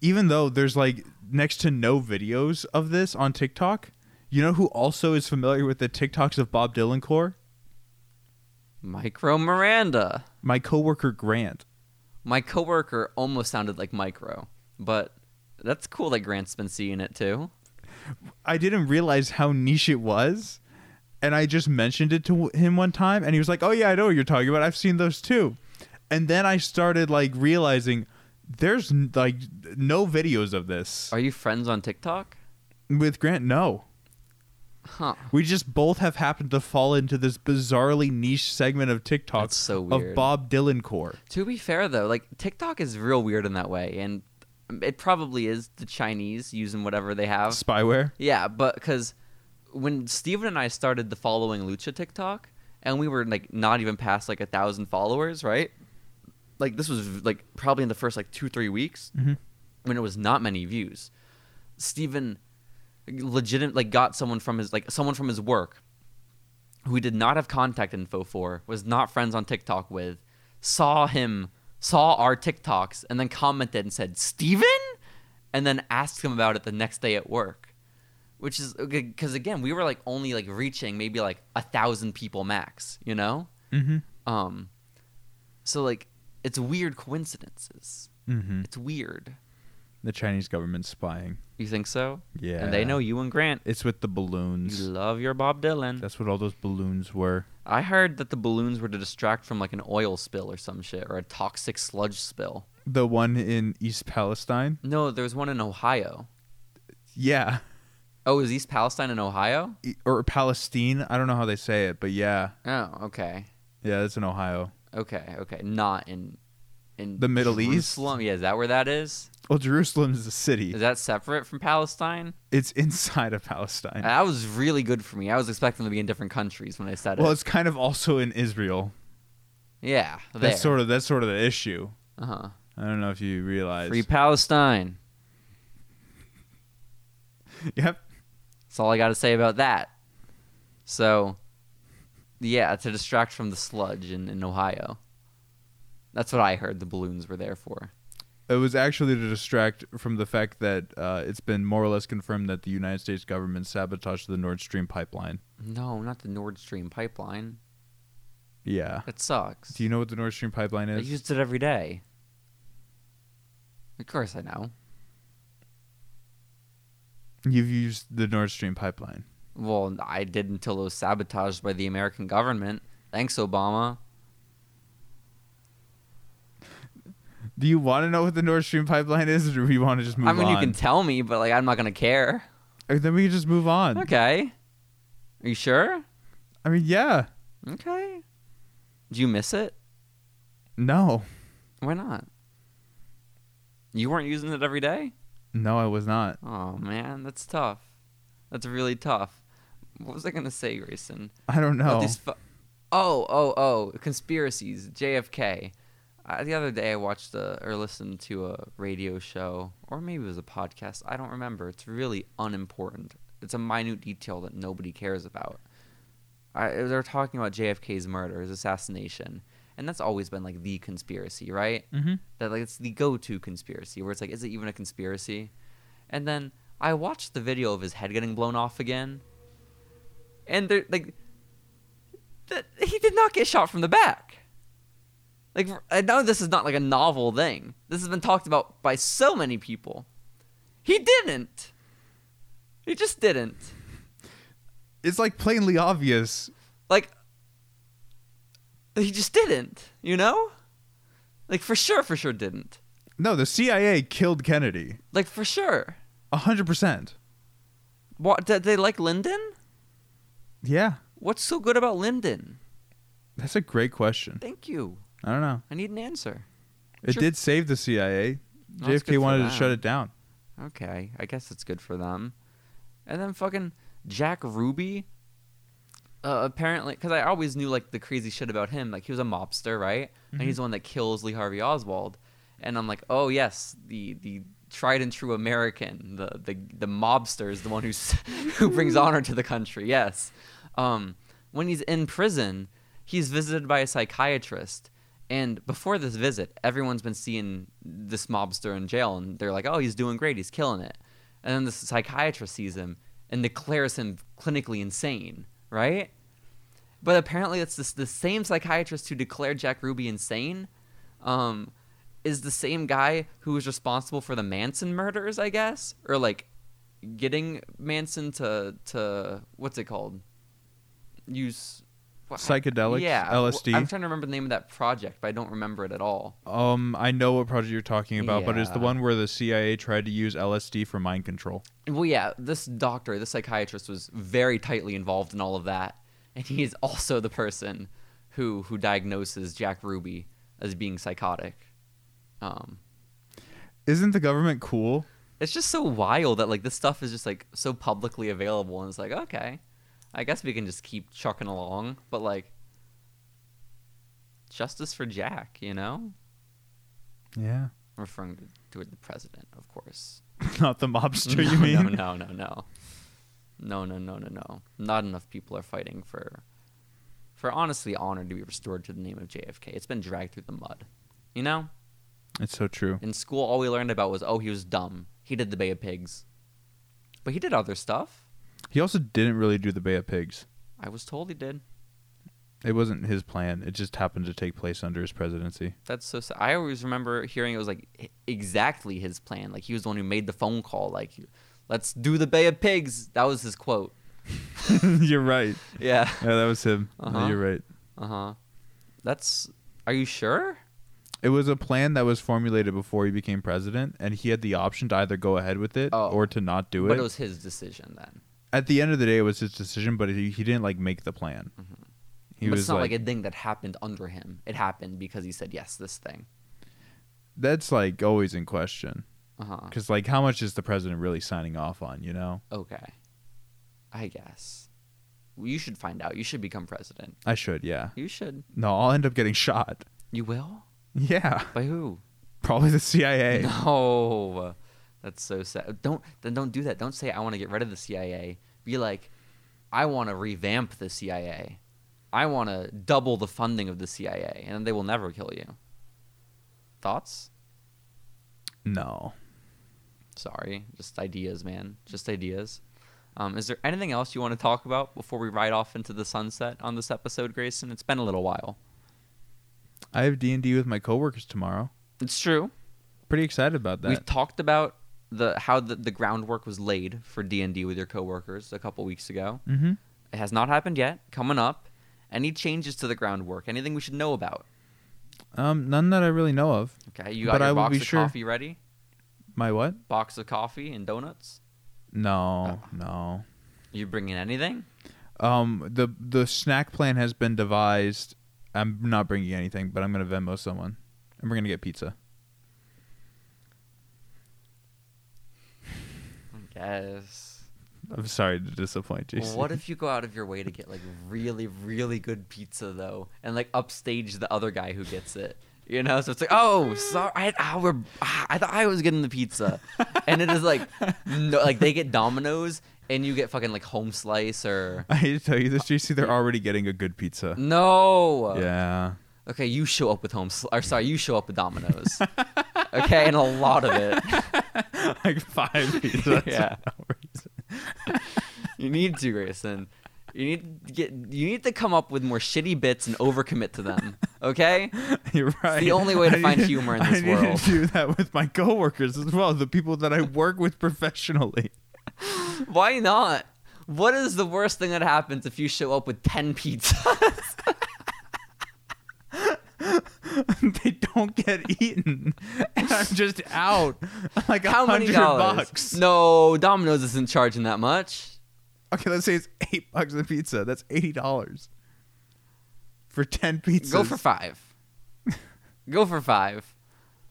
S2: even though there's like next to no videos of this on TikTok, you know who also is familiar with the TikToks of Bob Dylan core?
S1: Micro Miranda.
S2: My coworker Grant.
S1: My coworker almost sounded like Micro, but that's cool that Grant's been seeing it too.
S2: I didn't realize how niche it was, and I just mentioned it to him one time, and he was like, "Oh yeah, I know what you're talking about. I've seen those too." And then I started like realizing there's n- like no videos of this
S1: Are you friends on TikTok?
S2: with Grant. No,
S1: Huh.
S2: we just both have happened to fall into this bizarrely niche segment of TikTok
S1: That's so
S2: of
S1: weird.
S2: Bob Dylan core.
S1: To be fair though, like TikTok is real weird in that way, and it probably is the Chinese using whatever they have.
S2: spyware.
S1: Yeah, but because when Steven and I started the following Lucha TikTok, and we were like not even past like a thousand followers, right? Like this was like probably in the first like two three weeks
S2: Mhm.
S1: when it was not many views. Steven legit like got someone from his like someone from his work who he did not have contact info for, was not friends on TikTok with, saw him, saw our TikToks, and then commented and said, Steven? And then asked him about it the next day at work. Which is because again, we were like only like reaching maybe like a thousand people max, you know?
S2: Mm-hmm.
S1: Um so like it's weird coincidences.
S2: Mm-hmm.
S1: It's weird.
S2: The Chinese government spying.
S1: You think so?
S2: Yeah.
S1: And they know you and Grant.
S2: It's with the
S1: You
S2: balloons.
S1: love your Bob Dylan.
S2: That's what all those balloons were.
S1: I heard that the balloons were to distract from like an oil spill or some shit or a toxic sludge spill.
S2: The one in East Palestine?
S1: No, there was one in Ohio.
S2: Yeah.
S1: Oh, is East Palestine in Ohio?
S2: E- Or Palestine? I don't know how they say it, but yeah.
S1: Oh, okay.
S2: Yeah, that's in Ohio.
S1: Okay, okay. Not in in
S2: The Middle East?
S1: Jerusalem. Yeah, is that where that is?
S2: Well, Jerusalem is a city.
S1: Is that separate from Palestine?
S2: It's inside of Palestine.
S1: That was really good for me. I was expecting to be in different countries when I said
S2: well,
S1: it.
S2: it's kind of also in Israel.
S1: Yeah, there.
S2: That's sort of that's sort of the issue.
S1: uh-huh.
S2: I don't know if you realize.
S1: Free Palestine.
S2: yep.
S1: That's all I got to say about that. So, yeah, to distract from the sludge in, in Ohio. That's what I heard the balloons were there for.
S2: It was actually to distract from the fact that uh, it's been more or less confirmed that the United States government sabotaged the Nord Stream pipeline.
S1: No, not the Nord Stream pipeline.
S2: Yeah.
S1: That sucks.
S2: Do you know what the Nord Stream pipeline
S1: I
S2: is?
S1: used it every day. Of course I know.
S2: You've used the Nord Stream pipeline.
S1: Well, I did until it was sabotaged by the American government. Thanks, Obama.
S2: Do you want to know what the Nord Stream pipeline is, or do we want to just move
S1: I mean,
S2: on?
S1: you can tell me, but like, I'm not gonna care.
S2: Uh, then we can just move on.
S1: Okay. Are you sure?
S2: I mean, yeah.
S1: Okay. Did you miss it?
S2: No.
S1: Why not? You weren't using it every day?
S2: No, I was not.
S1: Oh man, that's tough. That's really tough. What was I gonna say, Grayson?
S2: I don't
S1: About
S2: know.
S1: these fu- oh, oh, oh! Conspiracies. JFK. Uh, the other day, I watched a, or listened to a radio show, or maybe it was a podcast. I don't remember. It's really unimportant. It's a minute detail that nobody cares about. I, they're talking about JFK's murder, his assassination, and that's always been like the conspiracy, right?
S2: mm-hmm.
S1: that like it's the go-to conspiracy where it's like is it even a conspiracy and then i watched the video of his head getting blown off again and they're like that he did not get shot from the back like i know this is not like a novel thing this has been talked about by so many people he didn't he just didn't
S2: It's like plainly obvious.
S1: like he just didn't you know like for sure for sure didn't
S2: No, the CIA killed Kennedy.
S1: like for sure
S2: A hundred percent.
S1: What did they like Lyndon?
S2: Yeah,
S1: What's so good about Lyndon?
S2: that's a great question.
S1: Thank you.
S2: I don't know.
S1: I need an answer.
S2: It
S1: Sure.
S2: did save the CIA.
S1: Well, that's good
S2: JFK
S1: for
S2: wanted to
S1: them.
S2: shut it down.
S1: Okay, I guess it's good for them. And then fucking Jack Ruby. Uh, apparently, because I always knew like the crazy shit about him. Like he was a mobster, right? And he's the one that kills Lee Harvey Oswald. And I'm like, oh yes, the the tried and true American, the the the mobster is the one who's [LAUGHS] who brings honor to the country. Yes. Um, when he's in prison, he's visited by a psychiatrist. And before this visit, everyone's been seeing this mobster in jail, and they're like, "Oh, he's doing great. He's killing it." And then the psychiatrist sees him and declares him clinically insane, right? But apparently, it's this, the same psychiatrist who declared Jack Ruby insane. Um, is the same guy who was responsible for the Manson murders, I guess, or like getting Manson to to what's it called? Use what-
S2: Psychedelics,
S1: Yeah, wh-
S2: LSD.
S1: I'm trying to remember the name of that project, but I don't remember it at all.
S2: Um, I know what project you're talking about, but it's the
S1: Yeah.
S2: one where the CIA tried to use LSD for mind control.
S1: Well, yeah, this doctor, this psychiatrist, was very tightly involved in all of that, and he is also the person who who diagnoses Jack Ruby as being psychotic. Um,
S2: Isn't the government cool?
S1: it's just so wild that like this stuff is just like so publicly available, and it's like okay, I guess we can just keep chucking along, but like justice for Jack, you know,
S2: Yeah.
S1: I'm referring to, to the president, of course.
S2: [LAUGHS] Not the [LAUGHS]
S1: [LAUGHS]
S2: mobster,
S1: no,
S2: you mean?
S1: No, no, no, no. No, no, no, no, no. Not enough people are fighting for for honestly honor to be restored to the name of JFK. It's been dragged through the mud. You know?
S2: It's so true.
S1: In school all we learned about was oh he was dumb. He did the Bay of Pigs. But he did other stuff.
S2: He also didn't really do the Bay of Pigs.
S1: I was told he did.
S2: It wasn't his plan. It just happened to take place under his presidency. [LAUGHS]
S1: That's so sad. I always remember hearing it was like h- exactly his plan. Like he was the one who made the phone call like let's do the Bay of Pigs. That was his quote.
S2: you're right.
S1: Yeah. [LAUGHS]
S2: Yeah, that was him.
S1: Uh-huh.
S2: You're right.
S1: Uh-huh. That's Are you sure?
S2: It was a plan that was formulated before he became president, and he had the option to either go ahead with it
S1: Oh.
S2: or to not do
S1: But
S2: it.
S1: it was his decision then.
S2: At the end of the day, it was his decision, but he, he didn't like make the plan. He
S1: Mm-hmm. but
S2: was
S1: it's not like,
S2: like
S1: a thing that happened under him. It happened because he said yes, this thing.
S2: that's like always in question.
S1: Uh huh.
S2: Because, like, how much is the president really signing off on, you know?
S1: Okay. I guess. Well, You should find out. You should become president.
S2: I should, yeah.
S1: You should.
S2: No, I'll end up getting shot. [LAUGHS]
S1: You will?
S2: Yeah.
S1: By who?
S2: Probably the
S1: [LAUGHS]
S2: CIA.
S1: No. That's so sad. Don't then don't do that. Don't say I want to get rid of the CIA. Be like, I want to revamp the CIA. I want to double the funding of the CIA, and then they will never kill you. Thoughts?
S2: No.
S1: Sorry, just ideas, man. Just ideas. Um, is there anything else you want to talk about before we ride off into the sunset on this episode, Grayson? It's been a little while.
S2: I have D&D with my coworkers tomorrow.
S1: It's true.
S2: Pretty excited about that.
S1: We've talked about the how the, the groundwork was laid for D and D with your coworkers a couple weeks ago.
S2: Mhm.
S1: It has not happened yet. Coming up, any changes to the groundwork? Anything we should know about?
S2: um, none that I really know of.
S1: Okay, you
S2: But
S1: got
S2: I
S1: your
S2: will
S1: box
S2: be
S1: of
S2: sure.
S1: coffee ready.
S2: My what?
S1: Box of coffee and donuts.
S2: No,
S1: Oh.
S2: no.
S1: You bringing anything?
S2: Um, the the snack plan has been devised. I'm not bringing anything, but I'm gonna Venmo someone, and we're gonna get pizza.
S1: I guess.
S2: I'm sorry to disappoint you.
S1: Well, what if you go out of your way to get like really, really good pizza though, and like upstage the other guy who gets it? You know, so it's like, oh, sorry, I, ah, we're, ah, I thought I was getting the pizza, and it is like, no, like they get Domino's, and you get fucking like home slice or
S2: [LAUGHS] I hate to tell you this, JC. They're already getting a good pizza.
S1: no.
S2: Yeah, [LAUGHS]
S1: Okay, you show up with home, sl- or sorry, you show up with Domino's. okay, and a lot of it.
S2: like five
S1: [LAUGHS]
S2: pizzas.
S1: Yeah. You need to, Grayson. You need to get. You need to come up with more shitty bits and overcommit to them. Okay.
S2: [LAUGHS] You're right.
S1: the only way to
S2: I
S1: find
S2: need-
S1: humor in
S2: I
S1: this
S2: need to
S1: world.
S2: do that with my coworkers as well, the people that I work with professionally. [LAUGHS]
S1: Why not? What is the worst thing that happens if you show up with 10 pizzas?
S2: they don't get eaten, and I'm just out [LAUGHS] like a
S1: [LAUGHS] How many
S2: hundred
S1: dollars?
S2: bucks.
S1: No, Domino's isn't charging that much.
S2: Okay, let's say it's eight bucks a pizza. That's eighty dollars for ten pizzas.
S1: Go for
S2: [LAUGHS]
S1: five. Go for five.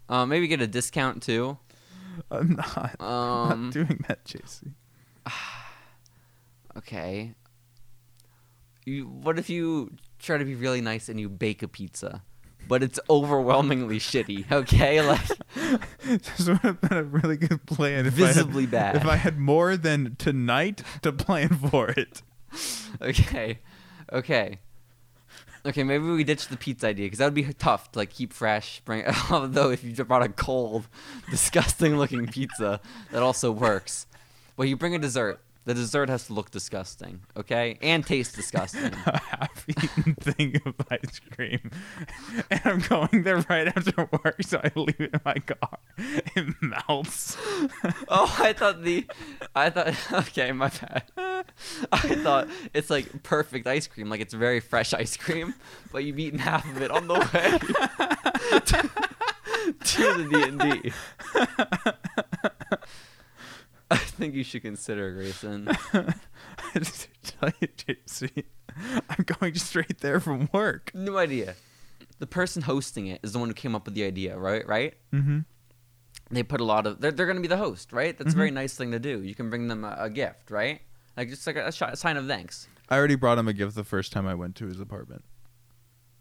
S1: Uh, maybe get a discount too.
S2: I'm not, I'm
S1: Um,
S2: not doing that, JC.
S1: okay. You, what if you try to be really nice and you bake a pizza, but it's overwhelmingly shitty? [LAUGHS] Okay, like
S2: [LAUGHS] This would have been a really good plan. If
S1: Visibly
S2: I had,
S1: bad.
S2: If I had more than tonight to plan for it, [LAUGHS]
S1: [LAUGHS] Okay. Okay. Okay, maybe we ditch the pizza idea because that would be tough to like keep fresh. Bring [LAUGHS] although if you just brought a [LAUGHS] cold, disgusting looking pizza, that also works. But you bring a dessert. The dessert has to look disgusting, okay, and taste disgusting.
S2: a half-eaten [LAUGHS] thing of ice cream, [LAUGHS] and I'm going there right after work, so I leave it in my car. [LAUGHS] It melts. [LAUGHS]
S1: oh, I thought the, I thought [LAUGHS] okay, my bad. I thought it's like perfect ice cream, like it's very fresh ice cream, but you've eaten half of it on the way [LAUGHS] to the D and D. I think you should consider Grayson.
S2: I just tell you, JC, I'm going straight there from work.
S1: New idea. The person hosting it is the one who came up with the idea, right? Right?
S2: Mm-hmm.
S1: they put a lot of they're, they're going to be the host right that's a very nice thing to do you can bring them a, a gift right like just like a, shi- sign of thanks
S2: I already brought him a gift the first time I went to his apartment.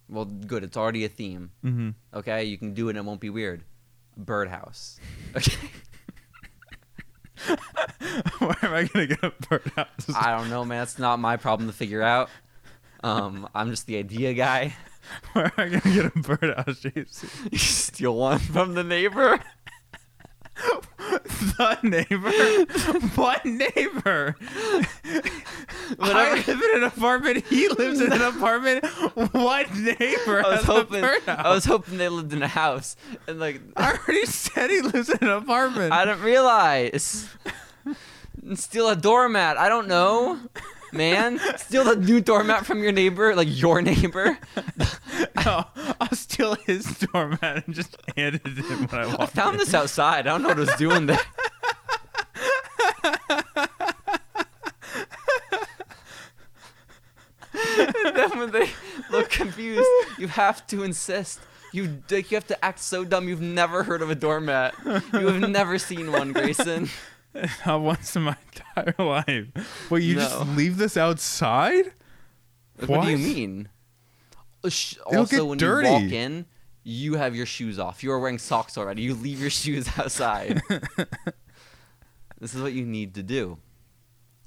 S1: well good it's already a theme
S2: Mm-hmm. [LAUGHS]
S1: okay you can do it and it won't be weird birdhouse okay
S2: Where am I gonna get a burnout?
S1: i don't know man that's not my problem to figure out um i'm just the idea guy [LAUGHS]
S2: Where am I gonna get a birdhouse, JC?
S1: you steal one from the neighbor
S2: [LAUGHS] The neighbor?
S1: [LAUGHS]
S2: what neighbor? I
S1: Whatever-
S2: live in an apartment. He lives in an apartment. What neighbor?
S1: i was
S2: has
S1: hoping
S2: A birdhouse?
S1: i was hoping they lived in a house and like
S2: I already said he lives in an apartment.
S1: I don't realize. [LAUGHS] Steal a doormat. I don't know, man. Steal the new doormat from your neighbor, like your neighbor.
S2: no, I'll steal his doormat and just hand it to him when I walk.
S1: I found
S2: in.
S1: this outside. I don't know what it was doing there. and then when they look confused, you have to insist. You like, you have to act so dumb. You've never heard of a doormat. You have never seen one, Grayson.
S2: Not once in my entire life. Wait, you just
S1: No.
S2: leave this outside?
S1: Like, What? do you
S2: What?
S1: mean? Uh, sh-
S2: It'll
S1: Also,
S2: get
S1: when
S2: dirty.
S1: you walk in, you have your shoes off. You are wearing socks already. You leave your shoes [LAUGHS] outside. this is what you need to do.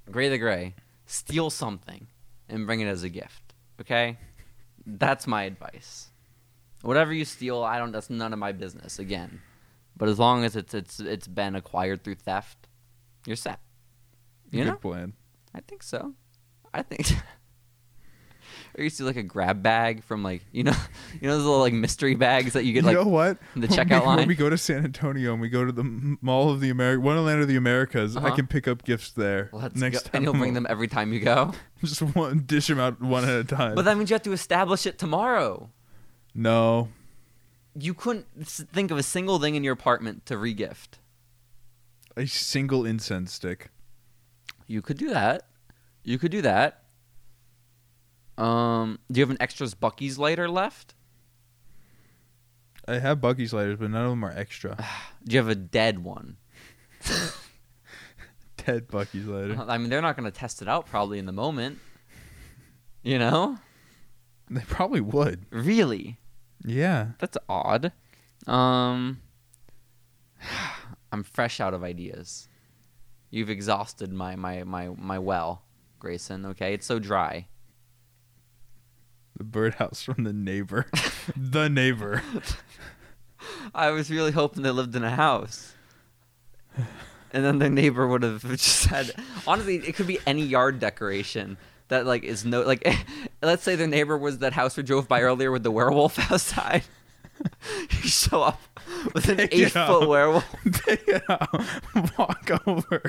S1: Gray the Gray, steal something and bring it as a gift. Okay, that's my advice. Whatever you steal, I don't. That's none of my business. Again, but as long as it's it's it's been acquired through theft, you're set. You
S2: Good
S1: know.
S2: plan.
S1: I think so. I think. [LAUGHS] or you see like a grab bag from like you know [LAUGHS] you know those little like mystery bags that you get
S2: you
S1: like
S2: know what?
S1: the
S2: When
S1: checkout
S2: we,
S1: line?
S2: When we go to San Antonio and we go to the M- Mall of the America, Wonderland of the Americas, I
S1: Uh-huh.
S2: can pick up gifts there.
S1: let's
S2: next
S1: go,
S2: time,
S1: and you'll bring them every time you go.
S2: [LAUGHS] Just one, dish them out one at a time.
S1: But that means you have to establish it tomorrow.
S2: no,
S1: You couldn't s- think of a single thing in your apartment to regift.
S2: a single incense stick.
S1: You could do that. You could do that. Um, do you have an extras Bucky's lighter left?
S2: I have Bucky's lighters, but none of them
S1: [SIGHS]
S2: are extra. [LAUGHS]
S1: Do you have a dead one?
S2: Ted Bucky's lighter.
S1: I mean, they're not going to test it out probably in the moment. You know,
S2: They probably would.
S1: really.
S2: Yeah.
S1: That's odd. Um, [SIGHS] I'm fresh out of ideas. You've exhausted my my my my well, Grayson. Okay, it's so dry.
S2: The birdhouse from
S1: [LAUGHS]
S2: the neighbor. the neighbor. [LAUGHS]
S1: I was really hoping they lived in a house. And then the neighbor would have [LAUGHS] just had. Honestly, it could be any yard decoration that like is no like. [LAUGHS] Let's say the neighbor was that house we drove by earlier with the werewolf [LAUGHS] outside. you show up with
S2: [LAUGHS]
S1: an
S2: Pick it
S1: eight foot
S2: up.
S1: werewolf.
S2: Pick it up, uh, [LAUGHS] walk over,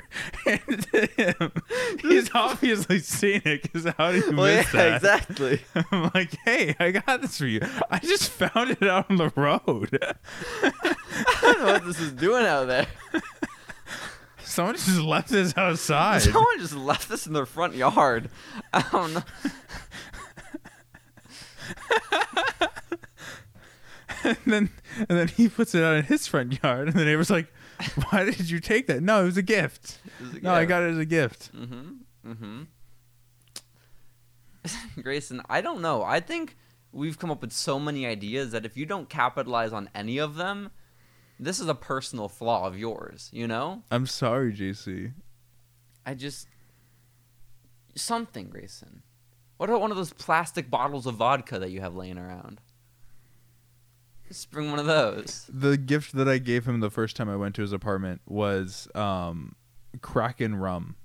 S2: hand it to [LAUGHS] him. He's obviously seen it because how did you
S1: Well,
S2: miss
S1: yeah,
S2: that?
S1: exactly. [LAUGHS]
S2: [LAUGHS] I'm like, hey, I got this for you. I just [LAUGHS] found it out on the road. [LAUGHS]
S1: I don't know what this is doing out there.
S2: Someone just left this [LAUGHS]
S1: [LAUGHS]
S2: outside.
S1: Someone just left this in their front yard. [LAUGHS] I don't know.
S2: and then and then he puts it out in his front yard, and the neighbor's like, [LAUGHS] why did you take that? No, it was a gift. No, I got it as a gift.
S1: Mm-hmm. Mm-hmm. [LAUGHS] Grayson, I don't know. I think we've come up with so many ideas that if you don't capitalize on any of them, this is a personal flaw of yours. You know,
S2: I'm sorry, JC.
S1: I just something, Grayson. What about one of those plastic bottles of vodka that you have laying around? Just bring one of those.
S2: the gift that I gave him the first time I went to his apartment was um Kraken rum.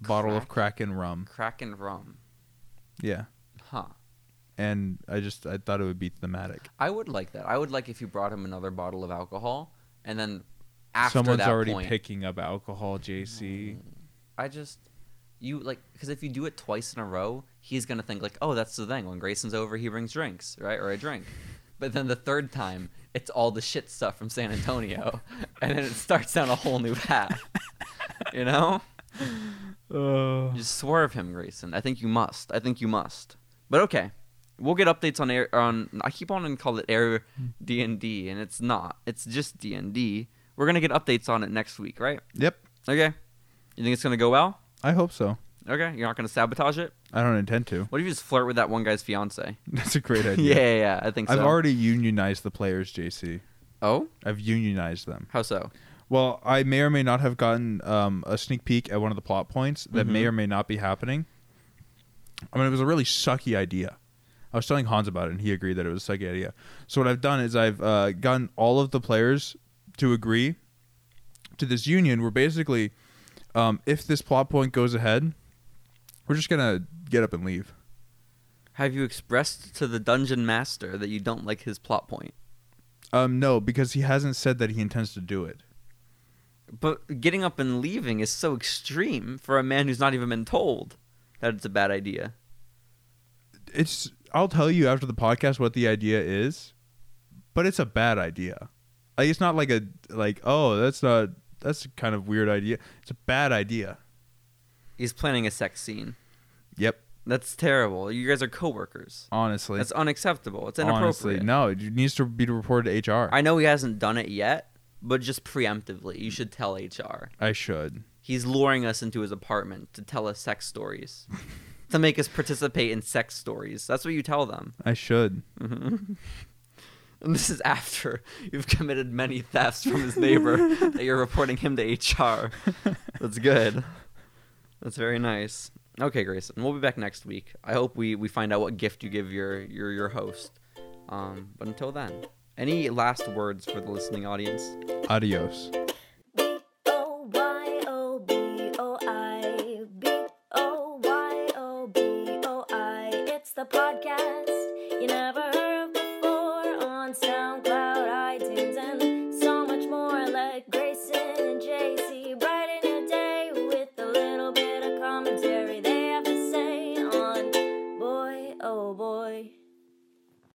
S2: bottle of crack and rum.
S1: Crack and rum.
S2: Yeah.
S1: Huh.
S2: And I just I thought it would be thematic.
S1: I would like that. I would like if you brought him another bottle of alcohol, and then after
S2: Someone's
S1: that
S2: already
S1: point,
S2: picking up alcohol, JC.
S1: I just you like because if you do it twice in a row, he's gonna think like, oh, that's the thing. When Grayson's over, he brings drinks, right, or a drink. But then the third time, it's all the shit stuff from San Antonio, [LAUGHS] and then it starts down a whole new path. you know,
S2: Oh.
S1: just swerve him, Grayson. I think you must. I think you must. But okay, we'll get updates on air. On I keep on and call it air D and D, and it's not. It's just D and D. We're gonna get updates on it next week, right?
S2: Yep.
S1: Okay. You think it's gonna go well?
S2: I hope so.
S1: Okay, you're not gonna sabotage it.
S2: I don't intend to. [LAUGHS]
S1: What if you just flirt with that one guy's fiance?
S2: That's a great
S1: Yeah, [LAUGHS]
S2: idea.
S1: yeah, yeah, I think so.
S2: I've already unionized the players, JC.
S1: Oh,
S2: I've unionized them.
S1: how so?
S2: Well, I may or may not have gotten um, a sneak peek at one of the plot points that may
S1: Mhm.
S2: or may not be happening. I mean, it was a really sucky idea. I was telling Hans about it, and he agreed that it was a sucky idea. So what I've done is I've uh, gotten all of the players to agree to this union, where basically, um, if this plot point goes ahead, we're just gonna get up and leave.
S1: Have you expressed to the dungeon master that you don't like his plot point?
S2: Um, no, because he hasn't said that he intends to do it.
S1: But getting up and leaving is so extreme for a man who's not even been told that it's a bad idea.
S2: it's I'll tell you after the podcast what the idea is, but it's a bad idea. Like it's not like a like oh that's not that's a kind of weird idea. It's a bad idea.
S1: He's planning a sex scene.
S2: Yep.
S1: That's terrible. You guys are coworkers.
S2: Honestly.
S1: That's unacceptable. It's inappropriate.
S2: honestly no. It needs to be reported to HR.
S1: I know he hasn't done it yet, but just preemptively, you should tell HR.
S2: I should.
S1: He's luring us into his apartment to tell us sex stories, to make us participate in sex stories. That's what you tell them.
S2: I should.
S1: Mhm. And this is after you've committed many thefts from his neighbor that you're reporting him to HR. That's good. That's very nice. Okay, Grayson, we'll be back next week. I hope we, we find out what gift you give your your, your host. Um, but until then, any last words for the listening audience?
S2: Adios.